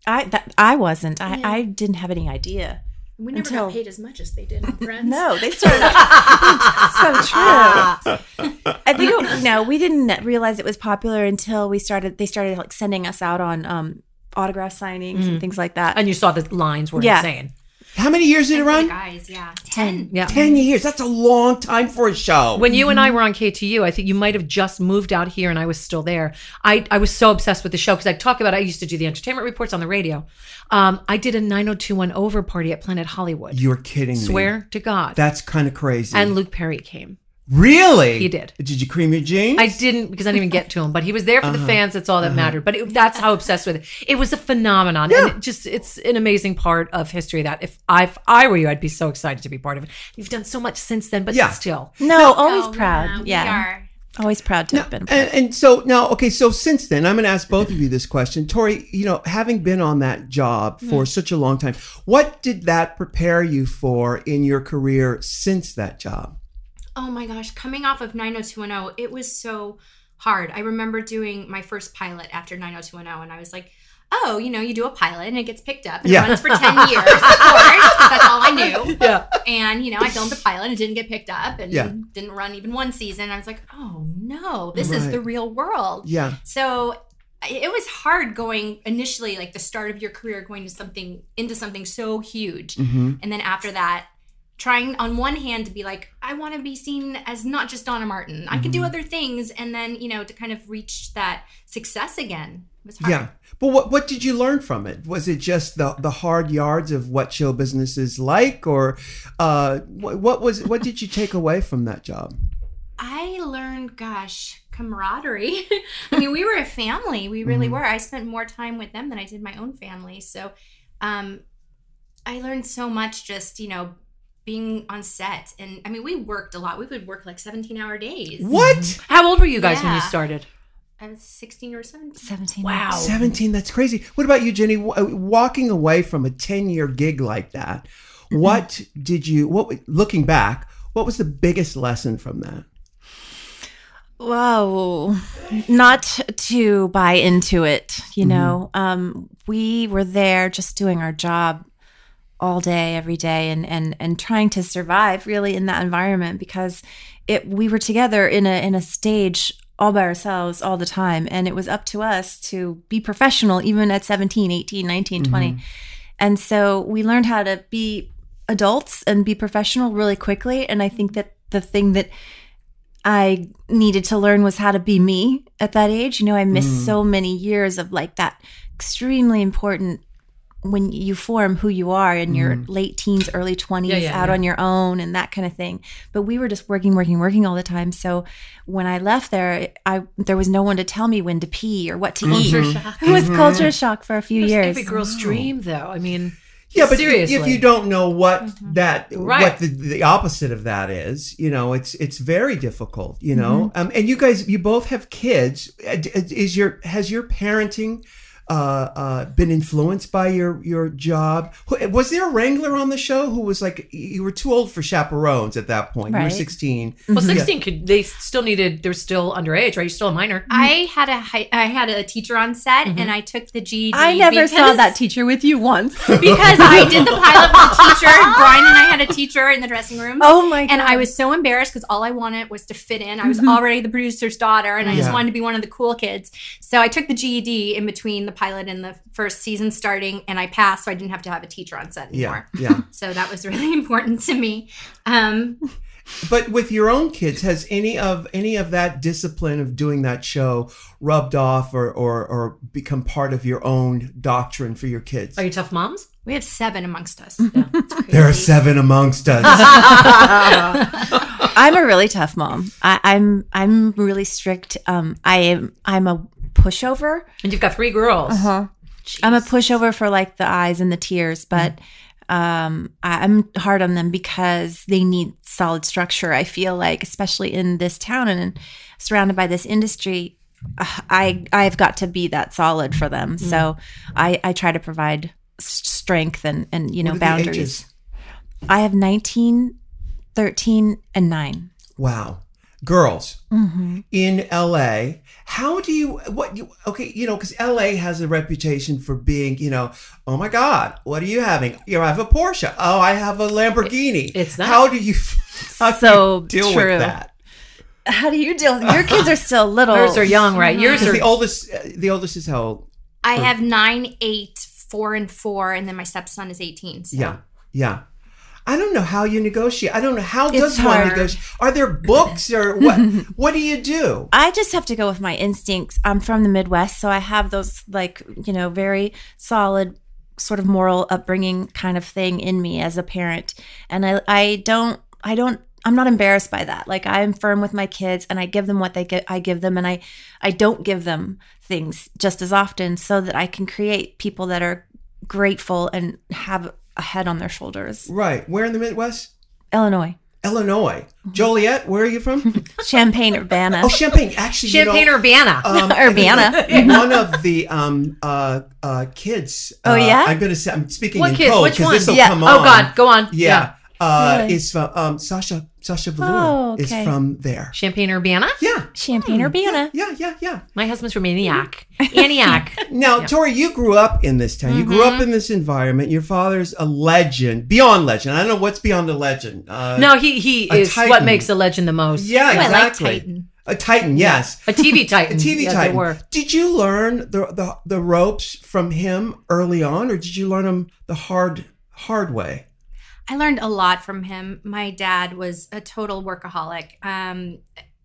[SPEAKER 3] I that, I wasn't. I, I didn't have any idea.
[SPEAKER 4] We never
[SPEAKER 3] Until-
[SPEAKER 4] got paid as much as they did on Friends.
[SPEAKER 3] No, they started. so true. I think it- no, we didn't realize it was popular until we started. They started like sending us out on um, autograph signings and things like that.
[SPEAKER 2] And you saw the lines were
[SPEAKER 3] Yeah.
[SPEAKER 2] insane.
[SPEAKER 1] How many years did it
[SPEAKER 4] The
[SPEAKER 1] run?
[SPEAKER 4] guys, yeah, ten.
[SPEAKER 2] Yeah.
[SPEAKER 1] 10 years. That's a long time for a show.
[SPEAKER 2] When you and
[SPEAKER 1] mm-hmm.
[SPEAKER 2] I were on KTU, I think you might have just moved out here and I was still there. I, I was so obsessed with the show because I talk about it. I used to do the entertainment reports on the radio. Um, I did a 90210 over party at Planet Hollywood.
[SPEAKER 1] You're kidding me.
[SPEAKER 2] Swear to God.
[SPEAKER 1] That's kind of crazy.
[SPEAKER 2] and Luke Perry came.
[SPEAKER 1] Really?
[SPEAKER 2] He did.
[SPEAKER 1] Did you cream your jeans?
[SPEAKER 2] I didn't because I didn't even get to him, but he was there for
[SPEAKER 1] Uh-huh.
[SPEAKER 2] the fans. That's all that mattered. But it, that's how obsessed with it. It was a phenomenon, and it just it's an amazing part of history. That if I if I were you, I'd be so excited to be part of it. You've done so much since then, but
[SPEAKER 1] Yeah.
[SPEAKER 2] still,
[SPEAKER 3] no, always proud.
[SPEAKER 4] We
[SPEAKER 3] Oh, Yeah,
[SPEAKER 4] are.
[SPEAKER 3] always proud to have been.
[SPEAKER 1] And, and so now, okay, so since then, I'm going to ask both of you this question. Tori, you know, having been on that job
[SPEAKER 2] Mm.
[SPEAKER 1] for such a long time, what did that prepare you for in your career since that job?
[SPEAKER 4] Oh my gosh, coming off of 90210, it was so hard. I remember doing my first pilot after 90210, and I was like, oh, you know, you do a pilot and it gets picked up and
[SPEAKER 1] Yeah.
[SPEAKER 4] it runs for 10 years, of course. 'cause That's all I knew. Yeah. And, you know, I filmed a pilot and it didn't get picked up and
[SPEAKER 1] Yeah.
[SPEAKER 4] didn't run even one season. I was like, oh no, this is
[SPEAKER 1] Right.
[SPEAKER 4] the real world.
[SPEAKER 1] Yeah.
[SPEAKER 4] So it was hard going initially, like the start of your career, going to something into something so huge, and then after that, trying on one hand to be like, I want to be seen as not just Donna Martin. I can do other things, and then you know to kind of reach that success again. was hard.
[SPEAKER 1] Yeah. But what what did you learn from it? Was it just the the hard yards of what show business is like, or uh, what, what was what did you take away from that job?
[SPEAKER 4] I learned, gosh, camaraderie. I mean, we were a family. We really
[SPEAKER 3] Mm-hmm.
[SPEAKER 1] Mhm.
[SPEAKER 4] were. I spent more time with them than I did my own family. So um, I learned so much just, you know, being on set. And I mean, we worked a lot. We would work like 17 hour days.
[SPEAKER 1] What
[SPEAKER 2] How old were you guys when you
[SPEAKER 4] Yeah.
[SPEAKER 2] started?
[SPEAKER 4] I was 16 or 17.
[SPEAKER 3] 17.
[SPEAKER 2] Wow.
[SPEAKER 1] seventeen? That's crazy. What about you, Jenny? W- uh, Walking away from a ten year gig like that, what did you? What w- looking back, what was the biggest lesson from that?
[SPEAKER 3] Whoa. Not to buy into it, you know. Um, we were there just doing our job all day, every day, and and and trying to survive really in that environment because it we were together in a in a stage all by ourselves all the time and it was up to us to be professional even at 17 18 19 20 and so we learned how to be adults and be professional really quickly and i think that the thing that I needed to learn was how to be me at that age. You know, I missed
[SPEAKER 2] Mm.
[SPEAKER 3] so many years of like that extremely important when you form who you are in your late teens, early 20s,
[SPEAKER 2] Mm. Yeah, yeah,
[SPEAKER 3] out
[SPEAKER 2] yeah.
[SPEAKER 3] on your own and that kind of thing. But we were just working, working, working all the time. So when I left there, I there was no one to tell me when to pee or what to eat. It was
[SPEAKER 2] Mm-hmm.
[SPEAKER 3] culture shock for a few years.
[SPEAKER 2] Every girl's dream, though. I mean,
[SPEAKER 1] Yeah, but i-
[SPEAKER 2] seriously. Mm-hmm.
[SPEAKER 1] if you don't know what that what
[SPEAKER 2] Right.
[SPEAKER 1] the, the opposite of that is, you know, it's it's very difficult, you know. Um,
[SPEAKER 2] Mm-hmm.
[SPEAKER 1] and you guys, you both have kids. Uh, d- Is your has your parenting uh, uh, been influenced by your your job? Who- Was there a wrangler on the show who was like you were too old for chaperones at that point? You were
[SPEAKER 3] Right.
[SPEAKER 1] sixteen.
[SPEAKER 2] well, sixteen could they still needed? They're still underage, right? You're still a minor.
[SPEAKER 4] I had a hi- I had a teacher on set, and I took the GED.
[SPEAKER 3] Mm-hmm. I never saw
[SPEAKER 4] because-
[SPEAKER 3] that teacher with you once.
[SPEAKER 4] because I did the pilot with a teacher. Brian and I had a teacher in the dressing room.
[SPEAKER 3] oh my god. Mm-hmm.
[SPEAKER 4] And I was so embarrassed because all I wanted was to fit in. I was already the producer's daughter, and I just
[SPEAKER 1] Yeah.
[SPEAKER 4] wanted to be one of the cool kids. So I took the GED in between the pilot and the first season starting, and I passed, so I didn't have to have a teacher on set
[SPEAKER 1] Yeah,
[SPEAKER 4] anymore.
[SPEAKER 1] yeah.
[SPEAKER 4] So that was really important to me. Um,
[SPEAKER 1] But with your own kids, has any of any of that discipline of doing that show rubbed off or or, or become part of your own doctrine for your kids?
[SPEAKER 2] Are you tough moms?
[SPEAKER 4] we have seven amongst us.
[SPEAKER 1] There are seven amongst us.
[SPEAKER 3] I'm a really tough mom. I, I'm I'm really strict. Um, I am I'm a pushover.
[SPEAKER 2] And you've got three girls.
[SPEAKER 4] Uh-huh.
[SPEAKER 3] I'm a pushover for like the eyes and the tears, but um, I, I'm hard on them because they need solid structure. I feel like, especially in this town and in- surrounded by this industry, uh, I I've got to be that solid for them. So I I try to provide s- strength and and you know
[SPEAKER 1] What are the
[SPEAKER 3] boundaries.
[SPEAKER 1] ages?
[SPEAKER 3] I have 19, 13, and nine.
[SPEAKER 1] Wow. Girls
[SPEAKER 2] Mm-hmm.
[SPEAKER 1] in LA, how do you, what you, okay, you know, because LA has a reputation for being, you know, oh my God, what are you having? You know, I have a Porsche. Oh, I have a Lamborghini.
[SPEAKER 2] It's not-
[SPEAKER 1] How do you, how do
[SPEAKER 3] So
[SPEAKER 1] you deal
[SPEAKER 3] true.
[SPEAKER 1] with that?
[SPEAKER 3] How do you deal? Your kids are still little.
[SPEAKER 2] Yours are young, right?
[SPEAKER 4] Uh-huh.
[SPEAKER 2] Yours
[SPEAKER 1] Because
[SPEAKER 2] are
[SPEAKER 1] the oldest, uh, the oldest is how old?
[SPEAKER 4] I have nine, eight, four, and four, and then my stepson is 18. So.
[SPEAKER 1] Yeah. Yeah. I don't know how you negotiate. I don't know how does one
[SPEAKER 3] hard.
[SPEAKER 1] negotiate. Are there books or what? what do you do?
[SPEAKER 3] I just have to go with my instincts. I'm from the Midwest, so I have those like, you know, very solid sort of moral upbringing kind of thing in me as a parent. And I I don't I don't I'm not embarrassed by that. Like I'm firm with my kids and I give them what they get I give them and I I don't give them things just as often so that I can create people that are grateful and have a head on their shoulders.
[SPEAKER 1] Right. Where in the Midwest?
[SPEAKER 3] Illinois.
[SPEAKER 1] Illinois. Joliet, where are you from?
[SPEAKER 3] Champaign Urbana.
[SPEAKER 1] oh, Champagne. Actually,
[SPEAKER 2] Champaign
[SPEAKER 1] you know,
[SPEAKER 2] Urbana.
[SPEAKER 1] um,
[SPEAKER 3] Urbana.
[SPEAKER 1] anyway, one of the um, uh, uh, kids.
[SPEAKER 3] Oh,
[SPEAKER 1] uh,
[SPEAKER 3] yeah?
[SPEAKER 1] I'm gonna say I'm speaking
[SPEAKER 2] what
[SPEAKER 1] in
[SPEAKER 2] kids?
[SPEAKER 1] code
[SPEAKER 2] Which
[SPEAKER 1] 'cause
[SPEAKER 2] one?
[SPEAKER 1] this'll come on.
[SPEAKER 2] Oh God, go on.
[SPEAKER 1] Yeah. Uh,
[SPEAKER 3] Really?
[SPEAKER 1] Is from um, Sasha Sasha Velour
[SPEAKER 3] Oh,
[SPEAKER 1] is
[SPEAKER 3] okay.
[SPEAKER 1] from there.
[SPEAKER 2] Champaign Urbana.
[SPEAKER 1] Yeah.
[SPEAKER 3] Champaign Urbana.
[SPEAKER 1] Yeah. Yeah. Yeah.
[SPEAKER 2] My husband's from Antioch. Antioch.
[SPEAKER 1] Now, Tori, you grew up in this town. You grew up in this environment. Your father's a legend, beyond legend. I don't know what's beyond a legend. Uh,
[SPEAKER 2] No, he he
[SPEAKER 1] A
[SPEAKER 2] is what
[SPEAKER 1] titan.
[SPEAKER 2] makes a legend the most.
[SPEAKER 1] Yeah.
[SPEAKER 4] I like
[SPEAKER 1] Exactly.
[SPEAKER 4] Titan.
[SPEAKER 1] A Titan. Yes.
[SPEAKER 2] A TV titan.
[SPEAKER 1] A TV
[SPEAKER 2] as it
[SPEAKER 1] titan.
[SPEAKER 2] were.
[SPEAKER 1] Did you learn the, the the ropes from him early on, or did you learn them the hard hard way?
[SPEAKER 4] I learned a lot from him. My dad was a total workaholic. Um,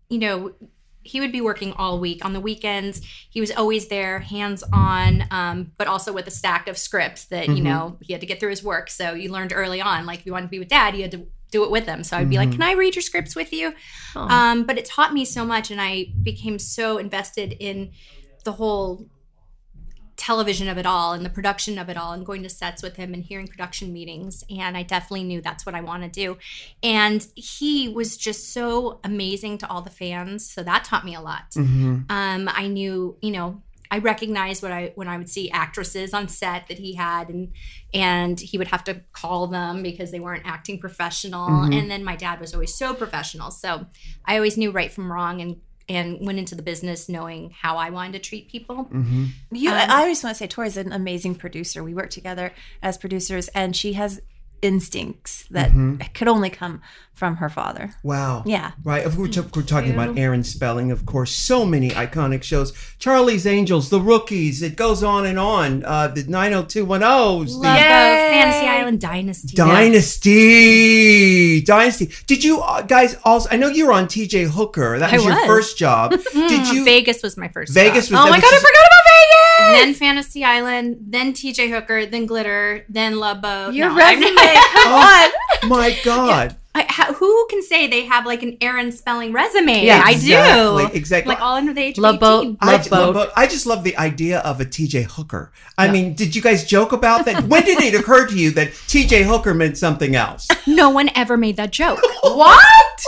[SPEAKER 4] you know, he would be working all week on the weekends. He was always there, hands on, um, but also with a stack of scripts that you
[SPEAKER 1] Mhm.
[SPEAKER 4] know he had to get through his work. So you learned early on, like if you wanted to be with dad, you had to do it with him. So I'd be like,
[SPEAKER 1] Mhm.
[SPEAKER 4] "Can I read your scripts with you?" Um, but it taught me so much, and I became so invested in the whole television of it all and the production of it all and going to sets with him and hearing production meetings and I definitely knew that's what I want to do and he was just so amazing to all the fans so that taught me a lot
[SPEAKER 1] Mm-hmm.
[SPEAKER 4] um, I knew, you know, I recognized what I when I would see actresses on set that he had, and and he would have to call them because they weren't acting professional.
[SPEAKER 1] Mhm.
[SPEAKER 4] And then my dad was always so professional, so I always knew right from wrong, and and went into the business knowing how I wanted to treat people.
[SPEAKER 1] Mm-hmm.
[SPEAKER 3] You,
[SPEAKER 4] Um,
[SPEAKER 3] I always want to say Tori's an amazing producer. We work together as producers, and she has instincts that
[SPEAKER 1] Mhm.
[SPEAKER 3] could only come from her father.
[SPEAKER 1] Wow.
[SPEAKER 3] Yeah.
[SPEAKER 1] Right. Of course, we're talking about Aaron Spelling, of course. So many iconic shows. Charlie's Angels, The Rookies. It goes on and on. Uh, the 90210s. The
[SPEAKER 4] Love those
[SPEAKER 3] Yay!
[SPEAKER 4] Fantasy Island Dynasty.
[SPEAKER 1] Dynasty. Dynasty. Did you uh, guys also? I know you were on TJ Hooker. That
[SPEAKER 4] I
[SPEAKER 1] was, your
[SPEAKER 4] was. Mm-hmm.
[SPEAKER 1] first job. Did you?
[SPEAKER 4] Vegas was my first.
[SPEAKER 1] Vegas
[SPEAKER 4] job.
[SPEAKER 1] was.
[SPEAKER 3] oh
[SPEAKER 1] that
[SPEAKER 3] my
[SPEAKER 1] was
[SPEAKER 3] god, I
[SPEAKER 1] just-
[SPEAKER 3] forgot about Vegas.
[SPEAKER 4] Then Fantasy Island, then TJ Hooker, then Glitter, then Love Boat.
[SPEAKER 3] Your
[SPEAKER 4] No, I'm-
[SPEAKER 3] resume, come on.
[SPEAKER 1] Oh My God.
[SPEAKER 4] I, ha, who can say they have like an Aaron Spelling resume? I do.
[SPEAKER 1] Exactly. Exactly.
[SPEAKER 4] Like all under the age of
[SPEAKER 2] Love
[SPEAKER 4] 18.
[SPEAKER 2] Boat.
[SPEAKER 1] I,
[SPEAKER 2] Love
[SPEAKER 1] ju-
[SPEAKER 2] Boat.
[SPEAKER 1] I just love the idea of a TJ Hooker. I mean, did you guys joke about that? when did it occur to you that TJ Hooker meant something else?
[SPEAKER 4] No one ever made that joke. what?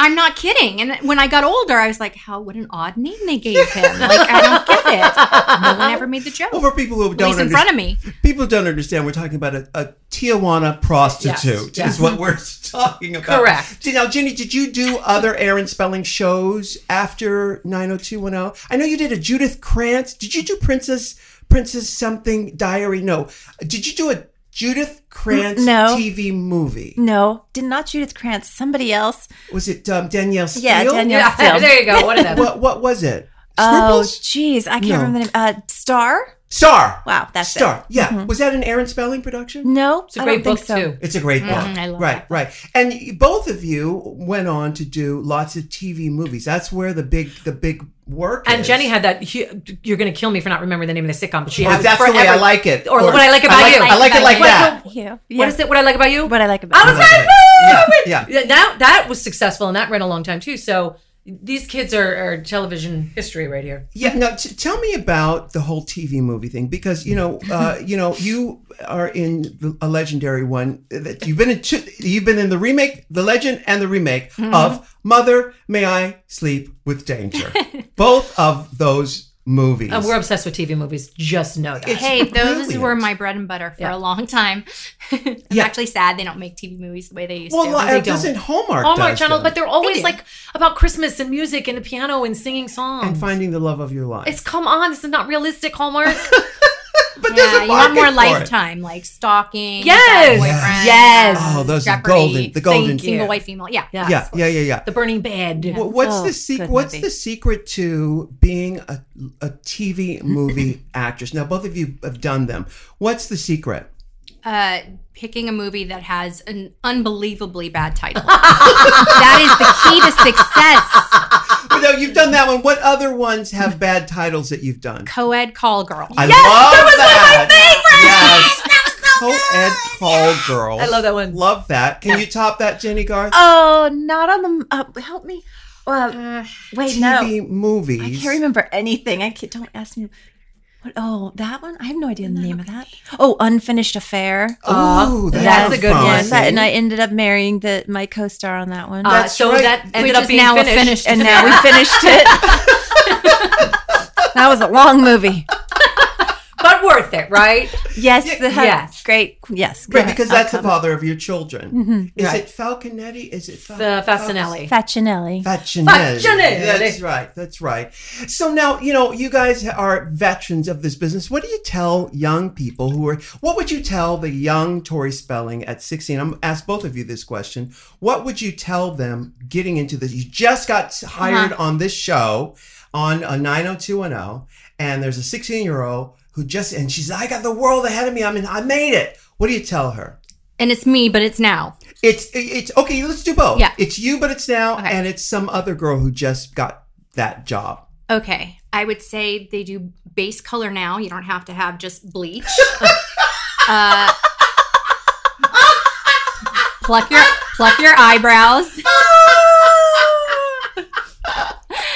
[SPEAKER 4] I'm not kidding. And when I got older, I was like, how, what an odd name they gave him. Like, I don't get it. No one ever made the joke.
[SPEAKER 1] Well, for people who
[SPEAKER 4] at
[SPEAKER 1] don't
[SPEAKER 4] least in
[SPEAKER 1] understand,
[SPEAKER 4] front of me.
[SPEAKER 1] people who don't understand, we're talking about a, a Tijuana prostitute.
[SPEAKER 2] Yes, yes.
[SPEAKER 1] Is what we're talking about.
[SPEAKER 2] Correct.
[SPEAKER 1] Now, Ginny, did you do other Aaron Spelling shows after 90210? I know you did a Judith Krantz. Did you do Princess Princess something Diary? No. Did you do a Judith Krantz
[SPEAKER 3] no.
[SPEAKER 1] TV movie?
[SPEAKER 3] No, did not Judith Krantz. Somebody else.
[SPEAKER 1] Was it um, Danielle Steele?
[SPEAKER 3] Yeah, Danielle
[SPEAKER 2] Yeah,
[SPEAKER 3] Steele.
[SPEAKER 2] there you go. One of them.
[SPEAKER 1] What what was it?
[SPEAKER 3] Oh,
[SPEAKER 1] Scribbles?
[SPEAKER 3] jeez, I can't
[SPEAKER 1] No.
[SPEAKER 3] remember the name. Uh, Star.
[SPEAKER 1] Star.
[SPEAKER 3] Wow, Mm-hmm. that's it.
[SPEAKER 1] Star. Yeah. Was that an Aaron Spelling production?
[SPEAKER 3] No,
[SPEAKER 2] It's a
[SPEAKER 3] I
[SPEAKER 2] great
[SPEAKER 3] don't
[SPEAKER 2] book
[SPEAKER 3] think so.
[SPEAKER 2] too.
[SPEAKER 1] It's a great book.
[SPEAKER 4] I love
[SPEAKER 1] right, right. And y- both of you went on to do lots of TV movies. That's where the big the big work
[SPEAKER 2] And
[SPEAKER 1] is.
[SPEAKER 2] Jenny had that. hu- You're going to kill me for not remembering the name of the sitcom, but she
[SPEAKER 1] Oh,
[SPEAKER 2] had
[SPEAKER 1] that's the
[SPEAKER 2] forever,
[SPEAKER 1] way I like it.
[SPEAKER 2] Or what I like about you.
[SPEAKER 1] I like it like
[SPEAKER 2] What-
[SPEAKER 1] that.
[SPEAKER 2] no,
[SPEAKER 3] You. Yeah.
[SPEAKER 2] What is it? What I like about you?
[SPEAKER 3] What I like about
[SPEAKER 2] I was
[SPEAKER 3] it.
[SPEAKER 2] like,
[SPEAKER 1] Yeah,
[SPEAKER 2] "Woo!"
[SPEAKER 1] yeah.
[SPEAKER 2] Yeah, That that was successful, and that ran a long time too. So these kids are, are television history right here.
[SPEAKER 1] Yeah. Now, t- tell me about the whole TV movie thing because you know, uh, you know, you are in the, a legendary one that you've been in. Two, you've been in the remake, the legend, and the remake
[SPEAKER 2] Hmm.
[SPEAKER 1] of Mother. May I sleep with danger? both of those movies.
[SPEAKER 2] And we're obsessed with TV movies. Just know that.
[SPEAKER 1] It's-
[SPEAKER 4] Hey, those
[SPEAKER 1] Brilliant.
[SPEAKER 4] were my bread and butter for
[SPEAKER 2] Yeah.
[SPEAKER 4] a long time. I'm
[SPEAKER 1] Yeah.
[SPEAKER 4] actually sad they don't make TV movies the way they used
[SPEAKER 1] well,
[SPEAKER 4] to.
[SPEAKER 1] li-
[SPEAKER 2] they
[SPEAKER 1] doesn't Hallmark
[SPEAKER 2] Hallmark
[SPEAKER 1] does
[SPEAKER 2] Channel,
[SPEAKER 1] them.
[SPEAKER 2] but they're
[SPEAKER 4] They
[SPEAKER 2] always
[SPEAKER 4] do.
[SPEAKER 2] like about Christmas and music and the piano and singing songs.
[SPEAKER 1] and finding the love of your life.
[SPEAKER 2] it's come on, this is not realistic, Hallmark.
[SPEAKER 1] but
[SPEAKER 4] yeah,
[SPEAKER 1] there's a
[SPEAKER 4] you
[SPEAKER 1] market
[SPEAKER 4] want more
[SPEAKER 1] for it.
[SPEAKER 4] lifetime, like stalking,
[SPEAKER 2] Yes.
[SPEAKER 4] bad boyfriend,
[SPEAKER 2] Yes.
[SPEAKER 1] Oh, those are
[SPEAKER 4] Jeopardy,
[SPEAKER 1] golden- the golden-
[SPEAKER 4] sing- single
[SPEAKER 2] Yeah.
[SPEAKER 4] white female. Yeah,
[SPEAKER 2] Yeah.
[SPEAKER 1] Yeah, yeah, yeah, yeah.
[SPEAKER 2] the Burning Bed.
[SPEAKER 1] Wh- What's
[SPEAKER 3] Oh,
[SPEAKER 1] the secret?
[SPEAKER 3] good
[SPEAKER 1] What's
[SPEAKER 3] movie.
[SPEAKER 1] the secret to being a, a TV movie actress? Now, both of you have done them. What's the secret?
[SPEAKER 4] uh, picking a movie that has an unbelievably bad title. that is the key to success.
[SPEAKER 1] Well, no, you've done that one. What other ones have bad titles that you've done?
[SPEAKER 4] Coed call girl.
[SPEAKER 1] I love that. Yes, co-ed call girl.
[SPEAKER 2] I love that one.
[SPEAKER 1] Love that. Can you top that, Jenny Garth?
[SPEAKER 3] Oh, not on the. Uh, help me. Well, wait, no.
[SPEAKER 1] TV movies.
[SPEAKER 3] I can't remember anything. I can't, don't ask me. What, oh, that one? I have no idea the name of that. Oh, Unfinished Affair.
[SPEAKER 1] Ooh, Oh, that's,
[SPEAKER 2] that's a good one.
[SPEAKER 1] fun.
[SPEAKER 3] Yes, that, and I ended up marrying the my co-star on that one,
[SPEAKER 2] Uh,
[SPEAKER 1] That's
[SPEAKER 2] so
[SPEAKER 1] right.
[SPEAKER 2] that ended
[SPEAKER 4] Which
[SPEAKER 2] up
[SPEAKER 4] is
[SPEAKER 2] being
[SPEAKER 4] now a
[SPEAKER 2] finished.
[SPEAKER 4] finished-
[SPEAKER 3] and now we finished it. that was a long movie.
[SPEAKER 2] but worth it, right?
[SPEAKER 3] Yes, the,
[SPEAKER 2] yes.
[SPEAKER 3] great. Yes,
[SPEAKER 1] Right,
[SPEAKER 3] good
[SPEAKER 1] because that's the
[SPEAKER 3] outcome.
[SPEAKER 1] father of your children.
[SPEAKER 3] Mm-hmm.
[SPEAKER 1] Is
[SPEAKER 2] Right.
[SPEAKER 1] it Falconetti? Is it Fal-
[SPEAKER 2] The
[SPEAKER 1] Fal-
[SPEAKER 2] Facinelli.
[SPEAKER 3] Facinelli.
[SPEAKER 1] Factionelli.
[SPEAKER 2] Factionelli.
[SPEAKER 1] That's right. That's right. So now, you know, you guys are veterans of this business. What do you tell young people who are, what would you tell the young Tori Spelling at 16? I'm going to ask both of you this question. What would you tell them getting into this? You just got hired on this show on a 90210, and there's a 16 year old who just, and she's, I got the world ahead of me. I mean, I made it. What do you tell her?
[SPEAKER 4] And it's me, but it's now.
[SPEAKER 1] It's it's okay. Let's do both.
[SPEAKER 4] Yeah.
[SPEAKER 1] it's you, but it's now,
[SPEAKER 4] Okay.
[SPEAKER 1] and it's some other girl who just got that job?
[SPEAKER 4] Okay. I would say they do base color now. You don't have to have just bleach. uh, pluck your pluck your eyebrows.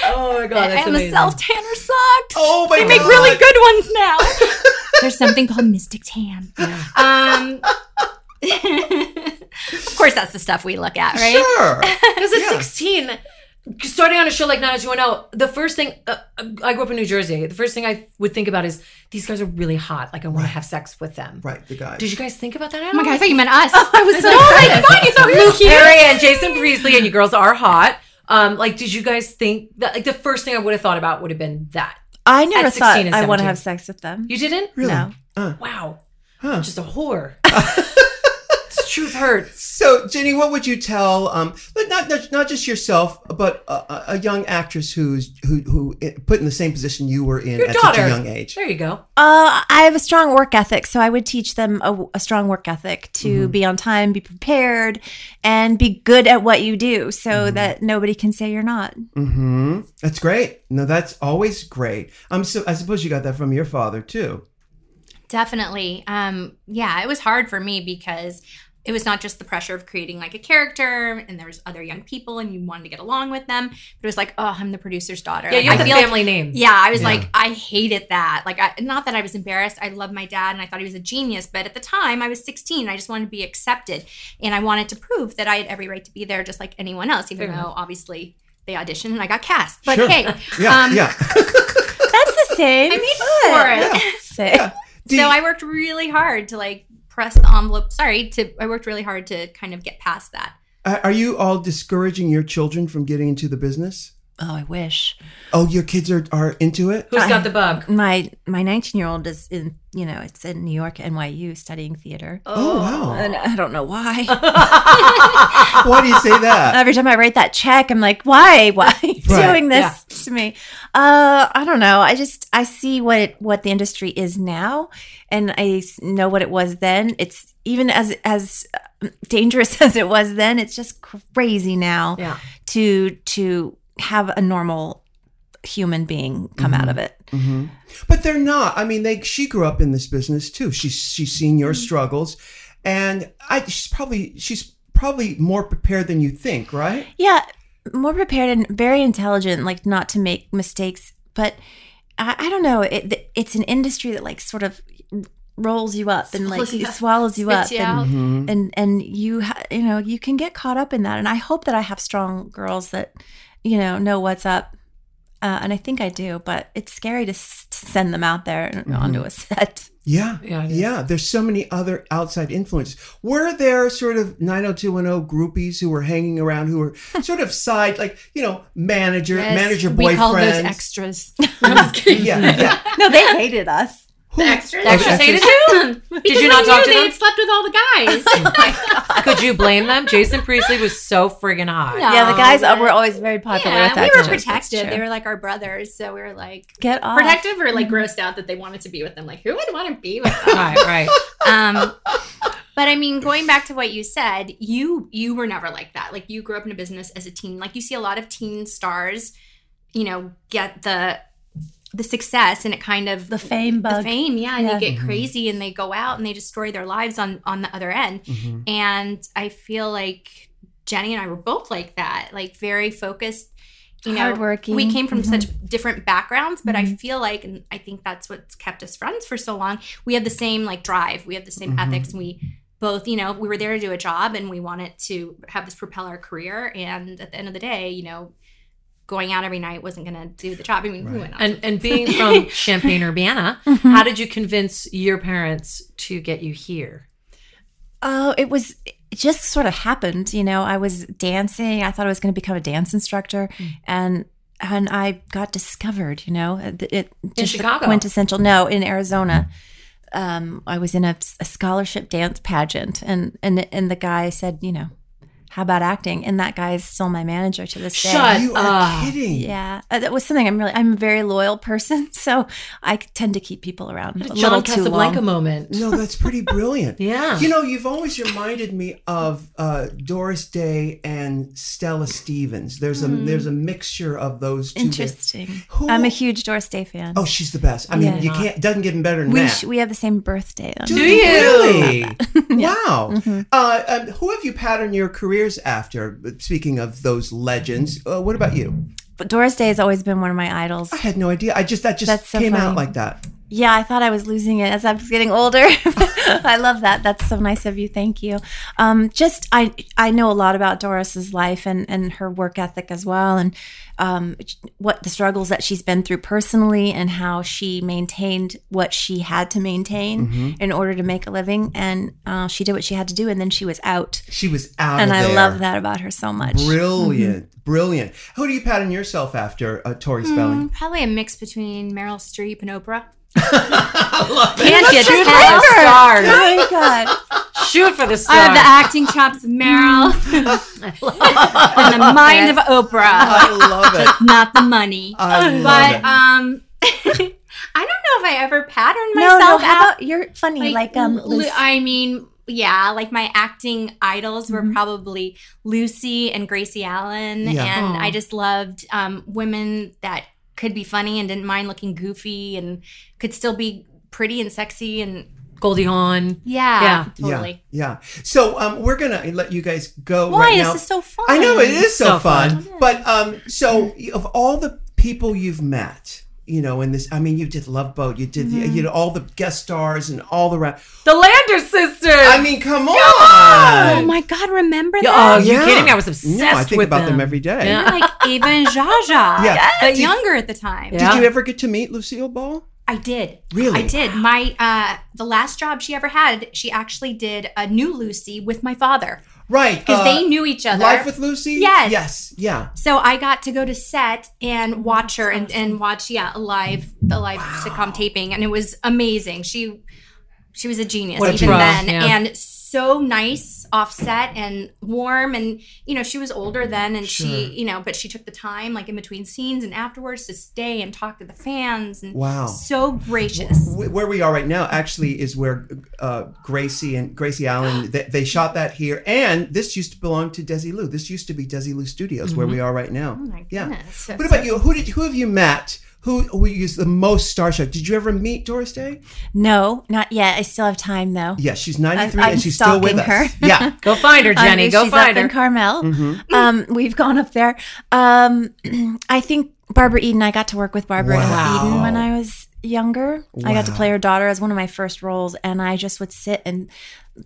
[SPEAKER 2] Oh my god, that's
[SPEAKER 4] and
[SPEAKER 2] amazing.
[SPEAKER 4] the self tanner sucks.
[SPEAKER 1] Oh my
[SPEAKER 4] they
[SPEAKER 1] god.
[SPEAKER 4] make really good ones now. There's something called Mystic Tan. Um, of course, that's the stuff we look at, right?
[SPEAKER 1] Sure.
[SPEAKER 2] Because at
[SPEAKER 1] Yeah.
[SPEAKER 2] 16, starting on a show like 90210, the first thing, uh, I grew up in New Jersey. The first thing I would think about is these guys are really hot. Like, I want to have sex with them.
[SPEAKER 1] right, the guys.
[SPEAKER 2] Did you guys think about that?
[SPEAKER 4] Oh my god, I thought you meant us.
[SPEAKER 2] I was so
[SPEAKER 4] oh my god, you thought we were cute.
[SPEAKER 2] Harry and Jason Priestley and you girls are hot. Um, like, did you guys think that? Like, the first thing I would have thought about would have been that.
[SPEAKER 3] I never
[SPEAKER 2] 16
[SPEAKER 3] thought
[SPEAKER 2] and
[SPEAKER 3] I want to
[SPEAKER 2] 17.
[SPEAKER 3] have sex with them.
[SPEAKER 2] You didn't?
[SPEAKER 1] really?
[SPEAKER 3] No.
[SPEAKER 2] Wow,
[SPEAKER 1] Huh.
[SPEAKER 2] I'm just a whore. It's Truth hurts.
[SPEAKER 1] So, Jenny, what would you tell, um, but not not, not just yourself, but a- a, a young actress who's who who i- put in the same position you were in
[SPEAKER 2] Your
[SPEAKER 1] at
[SPEAKER 2] daughter.
[SPEAKER 1] such a young age?
[SPEAKER 2] There you go.
[SPEAKER 3] Uh, I have a strong work ethic, so I would teach them a, a strong work ethic to be on time, be prepared, and be good at what you do, so that nobody can say you're not.
[SPEAKER 1] Mm-hmm. That's great. No, that's always great. Um, so I suppose you got that from your father too.
[SPEAKER 4] Definitely. Um, yeah, it was hard for me because it was not just the pressure of creating like a character and there was other young people and you wanted to get along with them, but it was like, oh, I'm the producer's daughter.
[SPEAKER 2] Yeah,
[SPEAKER 4] Like,
[SPEAKER 2] you have
[SPEAKER 4] I
[SPEAKER 2] the
[SPEAKER 4] feel like-
[SPEAKER 2] family name.
[SPEAKER 4] yeah, I was
[SPEAKER 1] Yeah.
[SPEAKER 4] like, I hated that. Like, I, not that I was embarrassed. I loved my dad and I thought he was a genius, but at the time I was 16. I just wanted to be accepted and I wanted to prove that I had every right to be there, just like anyone else, even
[SPEAKER 2] Fair
[SPEAKER 4] though
[SPEAKER 2] enough.
[SPEAKER 4] obviously they auditioned and I got cast. But
[SPEAKER 1] Sure.
[SPEAKER 4] hey,
[SPEAKER 1] Yeah,
[SPEAKER 4] um,
[SPEAKER 1] yeah.
[SPEAKER 3] That's the same.
[SPEAKER 4] I made for it.
[SPEAKER 3] Same.
[SPEAKER 1] Do
[SPEAKER 4] so
[SPEAKER 1] you-
[SPEAKER 4] I worked really hard to like press the envelope. Sorry, to I worked really hard to kind of get past that.
[SPEAKER 1] Are are you all discouraging your children from getting into the business?
[SPEAKER 3] Oh, I wish
[SPEAKER 1] Oh, your kids are, are into it?
[SPEAKER 4] Oh,
[SPEAKER 2] Who's got the bug?
[SPEAKER 3] my my 19 year old is in you know it's in New York NYU studying theater,
[SPEAKER 1] Oh, wow.
[SPEAKER 3] and I don't know why.
[SPEAKER 1] Why do you say that?
[SPEAKER 3] Every time I write that check, I'm like, why? Why are you
[SPEAKER 1] Right.
[SPEAKER 3] doing this
[SPEAKER 2] Yeah.
[SPEAKER 3] to me? Uh, I don't know. I just I see what it what the industry is now, and I s- know what it was then. It's even as as uh, dangerous as it was then. It's just crazy now
[SPEAKER 2] Yeah.
[SPEAKER 3] to to have a normal human being come
[SPEAKER 2] Mm-hmm.
[SPEAKER 3] out of it.
[SPEAKER 1] hmm But they're not. I mean, they she grew up in this business too. She's she's seen your
[SPEAKER 4] Mm-hmm.
[SPEAKER 1] struggles, and I she's probably she's probably more prepared than you think, right?
[SPEAKER 3] Yeah, more prepared and very intelligent, like not to make mistakes. But I, I don't know. It, th- it's an industry that like sort of rolls you up and like
[SPEAKER 4] Swallows you up.
[SPEAKER 3] swallows you up,
[SPEAKER 4] Spits you
[SPEAKER 3] and,
[SPEAKER 4] out.
[SPEAKER 1] Mm-hmm.
[SPEAKER 3] and and you ha- you know you can get caught up in that. And I hope that I have strong girls that you know know what's up. Uh, and I think I do, but it's scary to, s- to send them out there and onto a set.
[SPEAKER 1] Yeah,
[SPEAKER 2] Yeah,
[SPEAKER 1] yeah,
[SPEAKER 2] it is.
[SPEAKER 1] There's so many other outside influences. Were there sort of 90210 groupies who were hanging around who were sort of side, like you know, manager,
[SPEAKER 4] Yes,
[SPEAKER 1] manager boyfriends?
[SPEAKER 4] We call those extras.
[SPEAKER 1] yeah, yeah.
[SPEAKER 3] No, they hated us.
[SPEAKER 1] Who-
[SPEAKER 4] extras?
[SPEAKER 1] Oh,
[SPEAKER 2] Extras hated
[SPEAKER 4] you?
[SPEAKER 2] Did you not talk to them?
[SPEAKER 4] slept with all the guys.
[SPEAKER 2] Could you blame them? Jason Priestley was so friggin' hot.
[SPEAKER 4] No.
[SPEAKER 3] yeah, the guys
[SPEAKER 4] yeah.
[SPEAKER 3] were always very popular. with
[SPEAKER 4] yeah, we were
[SPEAKER 3] extras, that's
[SPEAKER 4] protected. They
[SPEAKER 3] true.
[SPEAKER 4] were like our brothers, so we were like
[SPEAKER 3] Get off.
[SPEAKER 4] protective or like grossed out that they wanted to be with them. Like who would want to be with them?
[SPEAKER 2] Right, right.
[SPEAKER 4] um but i mean going back to what you said you you were never like that like you grew up in a business as a teen like you see a lot of teen stars you know get the the success and it kind of
[SPEAKER 3] the fame bug.
[SPEAKER 4] the fame yeah and
[SPEAKER 3] Yeah.
[SPEAKER 4] they get
[SPEAKER 1] Mhm.
[SPEAKER 4] crazy and they go out and they destroy their lives on on the other end
[SPEAKER 1] Mhm.
[SPEAKER 4] and i feel like jenny and i were both like that like very focused you know
[SPEAKER 3] Hardworking.
[SPEAKER 4] we came from
[SPEAKER 3] Mhm.
[SPEAKER 4] such different backgrounds but i
[SPEAKER 3] Mhm.
[SPEAKER 4] feel like and i think that's what's kept us friends for so long we have the same like drive we have the same
[SPEAKER 1] Mhm.
[SPEAKER 4] ethics and we both you know we were there to do a job and we wanted to have this propel our career and at the end of the day you know going out every night wasn't going to do the job i mean we
[SPEAKER 1] Right.
[SPEAKER 4] went out
[SPEAKER 2] And and being from Champaign Urbana, how did you convince your parents to get you here?
[SPEAKER 3] Oh, it was it just sort of happened. You know, I was dancing. I thought I was going to become a dance instructor, and and I got discovered. You know, it, it just the
[SPEAKER 2] Chicago?
[SPEAKER 3] quintessential. No, in Arizona. Um, I was in a, a scholarship dance pageant, and and and the guy said, you know, How about acting? And that guy is still my manager to this day.
[SPEAKER 2] Shut
[SPEAKER 1] you are
[SPEAKER 2] up.
[SPEAKER 1] kidding.
[SPEAKER 3] Yeah, Uh, that was something I'm really. I'm a very loyal person, so I tend to keep people around a,
[SPEAKER 2] What a
[SPEAKER 3] little
[SPEAKER 2] John
[SPEAKER 3] too
[SPEAKER 2] Casablanca
[SPEAKER 3] long.
[SPEAKER 2] moment.
[SPEAKER 1] No, that's pretty brilliant.
[SPEAKER 2] Yeah.
[SPEAKER 1] You know, you've always reminded me of uh, Doris Day and Stella Stevens. There's a there's a mixture of those two.
[SPEAKER 3] Interesting.
[SPEAKER 1] Who-
[SPEAKER 3] I'm a huge Doris Day fan.
[SPEAKER 1] Oh, she's the best. I mean,
[SPEAKER 3] Yeah.
[SPEAKER 1] you can't doesn't get better than
[SPEAKER 3] we
[SPEAKER 1] that.
[SPEAKER 3] sh- we have the same birthday. on-
[SPEAKER 1] Do
[SPEAKER 2] you?
[SPEAKER 1] Really? Wow.
[SPEAKER 3] Mm-hmm.
[SPEAKER 1] Uh, um, who have you patterned your careers after? Speaking of those legends, uh, what about you?
[SPEAKER 3] But Doris Day has always been one of my idols.
[SPEAKER 1] I had no idea. I just that just
[SPEAKER 3] That's so
[SPEAKER 1] came out
[SPEAKER 3] funny.
[SPEAKER 1] like that.
[SPEAKER 3] Yeah, I thought I was losing it as I was getting older. I love that. That's so nice of you. Thank you. Um, just I I know a lot about Doris's life and and her work ethic as well, and um, what the struggles that she's been through personally, and how she maintained what she had to maintain
[SPEAKER 1] Mm-hmm.
[SPEAKER 3] in order to make a living, and uh, she did what she had to do, and then she was out.
[SPEAKER 1] She was out.
[SPEAKER 3] and
[SPEAKER 1] of
[SPEAKER 3] I
[SPEAKER 1] there.
[SPEAKER 3] love that about her so much.
[SPEAKER 2] Mm-hmm.
[SPEAKER 1] Brilliant, brilliant. Who do you pattern yourself after, uh, Tori
[SPEAKER 4] Hmm.
[SPEAKER 1] Spelling?
[SPEAKER 4] Probably a mix between Meryl Streep and Oprah.
[SPEAKER 2] Can't get
[SPEAKER 3] Shoot
[SPEAKER 2] through
[SPEAKER 3] for
[SPEAKER 2] the
[SPEAKER 3] the
[SPEAKER 2] stars.
[SPEAKER 3] stars. Oh my god!
[SPEAKER 2] Shoot for the
[SPEAKER 4] I have
[SPEAKER 2] stars.
[SPEAKER 4] the acting chops of Meryl and the mind of Oprah,
[SPEAKER 1] I love it.
[SPEAKER 4] not the money.
[SPEAKER 1] I love
[SPEAKER 4] but
[SPEAKER 1] it.
[SPEAKER 4] um, I don't know if I ever patterned
[SPEAKER 3] No, no.
[SPEAKER 4] myself
[SPEAKER 3] How
[SPEAKER 4] out.
[SPEAKER 3] about you're funny? Like, um,
[SPEAKER 4] Lu-
[SPEAKER 3] Lucy.
[SPEAKER 4] I mean, yeah, like my acting idols were
[SPEAKER 3] Mm-hmm.
[SPEAKER 4] probably Lucy and Gracie Allen,
[SPEAKER 1] Yeah.
[SPEAKER 4] and
[SPEAKER 2] Aw.
[SPEAKER 3] Oh.
[SPEAKER 4] I just loved um, women that could be funny and didn't mind looking goofy and could still be pretty and sexy and
[SPEAKER 2] Goldie Hawn.
[SPEAKER 4] yeah,
[SPEAKER 2] Yeah.
[SPEAKER 4] totally.
[SPEAKER 1] Yeah, yeah. So um, we're gonna let you guys go
[SPEAKER 4] Why
[SPEAKER 1] right
[SPEAKER 4] this
[SPEAKER 1] now.
[SPEAKER 4] is so fun?
[SPEAKER 1] I know it is so,
[SPEAKER 2] So
[SPEAKER 1] fun. But um, so of all the people you've met, you know, in this, I mean, you did Love Boat, you did,
[SPEAKER 4] Mm-hmm.
[SPEAKER 1] the, you know, all the guest stars and all the rest.
[SPEAKER 2] The Lander sisters.
[SPEAKER 1] I mean, come on!
[SPEAKER 4] Oh my god, remember
[SPEAKER 2] Yeah,
[SPEAKER 4] that?
[SPEAKER 2] oh, you
[SPEAKER 1] Yeah.
[SPEAKER 2] kidding me? I was obsessed
[SPEAKER 1] No, I think
[SPEAKER 2] with
[SPEAKER 1] about them. every day.
[SPEAKER 2] Yeah.
[SPEAKER 4] You're like Ava and Jaja,
[SPEAKER 1] Yeah.
[SPEAKER 4] uh, but
[SPEAKER 1] Did-
[SPEAKER 4] younger at the time.
[SPEAKER 1] Did
[SPEAKER 2] Yeah.
[SPEAKER 1] you ever get to meet Lucille Ball?
[SPEAKER 4] I did.
[SPEAKER 1] Really?
[SPEAKER 4] I did. My uh the last job she ever had, she actually did a new Lucy with my father
[SPEAKER 1] Right,
[SPEAKER 4] because
[SPEAKER 1] uh,
[SPEAKER 4] they knew each other.
[SPEAKER 1] Life with Lucy.
[SPEAKER 4] Yes.
[SPEAKER 1] yes, yeah.
[SPEAKER 4] so I got to go to set
[SPEAKER 3] Oh,
[SPEAKER 4] and watch her and, and watch yeah a live the live sitcom taping and it was amazing. She she was a genius
[SPEAKER 2] What a
[SPEAKER 4] even
[SPEAKER 2] pro,
[SPEAKER 4] then
[SPEAKER 2] yeah.
[SPEAKER 4] and so nice offset and warm and you know she was older then and she you know but she took the time like in between scenes and afterwards to stay and talk to the fans and
[SPEAKER 1] Wow.
[SPEAKER 4] so gracious.
[SPEAKER 1] Wh- Where we are right now actually is where uh, Gracie and Gracie Allen they, they shot that here, and this used to belong to Desilu. This used to be Desilu Studios, where we are right now. Oh
[SPEAKER 4] my goodness.
[SPEAKER 1] What about you? Who did who have you met? Who who is the most star struck? Did you ever meet Doris Day?
[SPEAKER 3] no, not yet. I still have time though.
[SPEAKER 1] Yeah, she's ninety three
[SPEAKER 3] I'm
[SPEAKER 1] and she's still with
[SPEAKER 3] stalking her.
[SPEAKER 1] us. Yeah,
[SPEAKER 2] Go find her,
[SPEAKER 3] I
[SPEAKER 2] Jenny.
[SPEAKER 3] know
[SPEAKER 2] Go
[SPEAKER 3] she's
[SPEAKER 2] find
[SPEAKER 3] up in
[SPEAKER 2] her. Mm-hmm.
[SPEAKER 3] Carmel. Um, we've gone up there. Um, I think Barbara Eden. I got to work with Barbara
[SPEAKER 1] Wow.
[SPEAKER 3] Eden when I was younger. I got to
[SPEAKER 1] Wow.
[SPEAKER 3] play her daughter as one of my first roles, and I just would sit and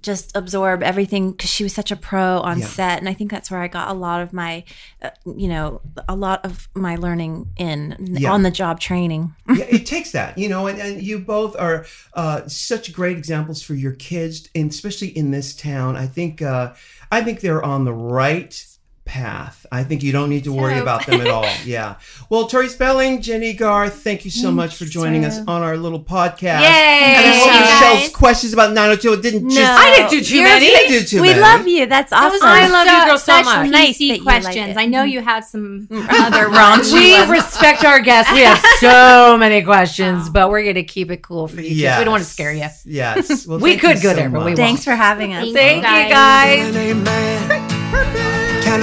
[SPEAKER 3] just absorb everything because she was such a pro on
[SPEAKER 1] Yeah.
[SPEAKER 3] set, and I think that's where I got a lot of my, uh, you know, a lot of my learning in
[SPEAKER 1] Yeah.
[SPEAKER 3] on the job training.
[SPEAKER 1] yeah, it takes that, you know, and, and you both are uh, such great examples for your kids, and especially in this town. I think uh, I think they're on the right path. I think you don't need to worry
[SPEAKER 4] hope.
[SPEAKER 1] about them at all. Yeah. Well, Tori Spelling, Jenny Garth, thank you so much for joining us on our little podcast. And I hope
[SPEAKER 4] Thank you
[SPEAKER 1] Michelle's
[SPEAKER 4] guys.
[SPEAKER 1] questions about 902 didn't just
[SPEAKER 3] No.
[SPEAKER 2] I didn't do too
[SPEAKER 3] You're-
[SPEAKER 2] many.
[SPEAKER 1] I did too
[SPEAKER 3] we
[SPEAKER 1] many.
[SPEAKER 3] love you. That's awesome.
[SPEAKER 2] I love you, girl, so
[SPEAKER 4] such
[SPEAKER 2] much.
[SPEAKER 3] Nice that
[SPEAKER 4] PC
[SPEAKER 3] you like
[SPEAKER 4] questions.
[SPEAKER 3] it.
[SPEAKER 4] I know you have some
[SPEAKER 3] Other
[SPEAKER 4] other
[SPEAKER 3] raunchy
[SPEAKER 2] We
[SPEAKER 3] ones.
[SPEAKER 2] respect our guests. We have so many questions, but we're going to keep it cool for you. kids.
[SPEAKER 1] Yes.
[SPEAKER 2] We don't want to scare you.
[SPEAKER 1] Yes. Well,
[SPEAKER 2] We
[SPEAKER 1] thank you
[SPEAKER 2] could go
[SPEAKER 1] so
[SPEAKER 2] there, but
[SPEAKER 1] much.
[SPEAKER 2] we won't.
[SPEAKER 3] Thanks for having us.
[SPEAKER 4] Thank
[SPEAKER 2] Thank you, guys.
[SPEAKER 5] an amen? Can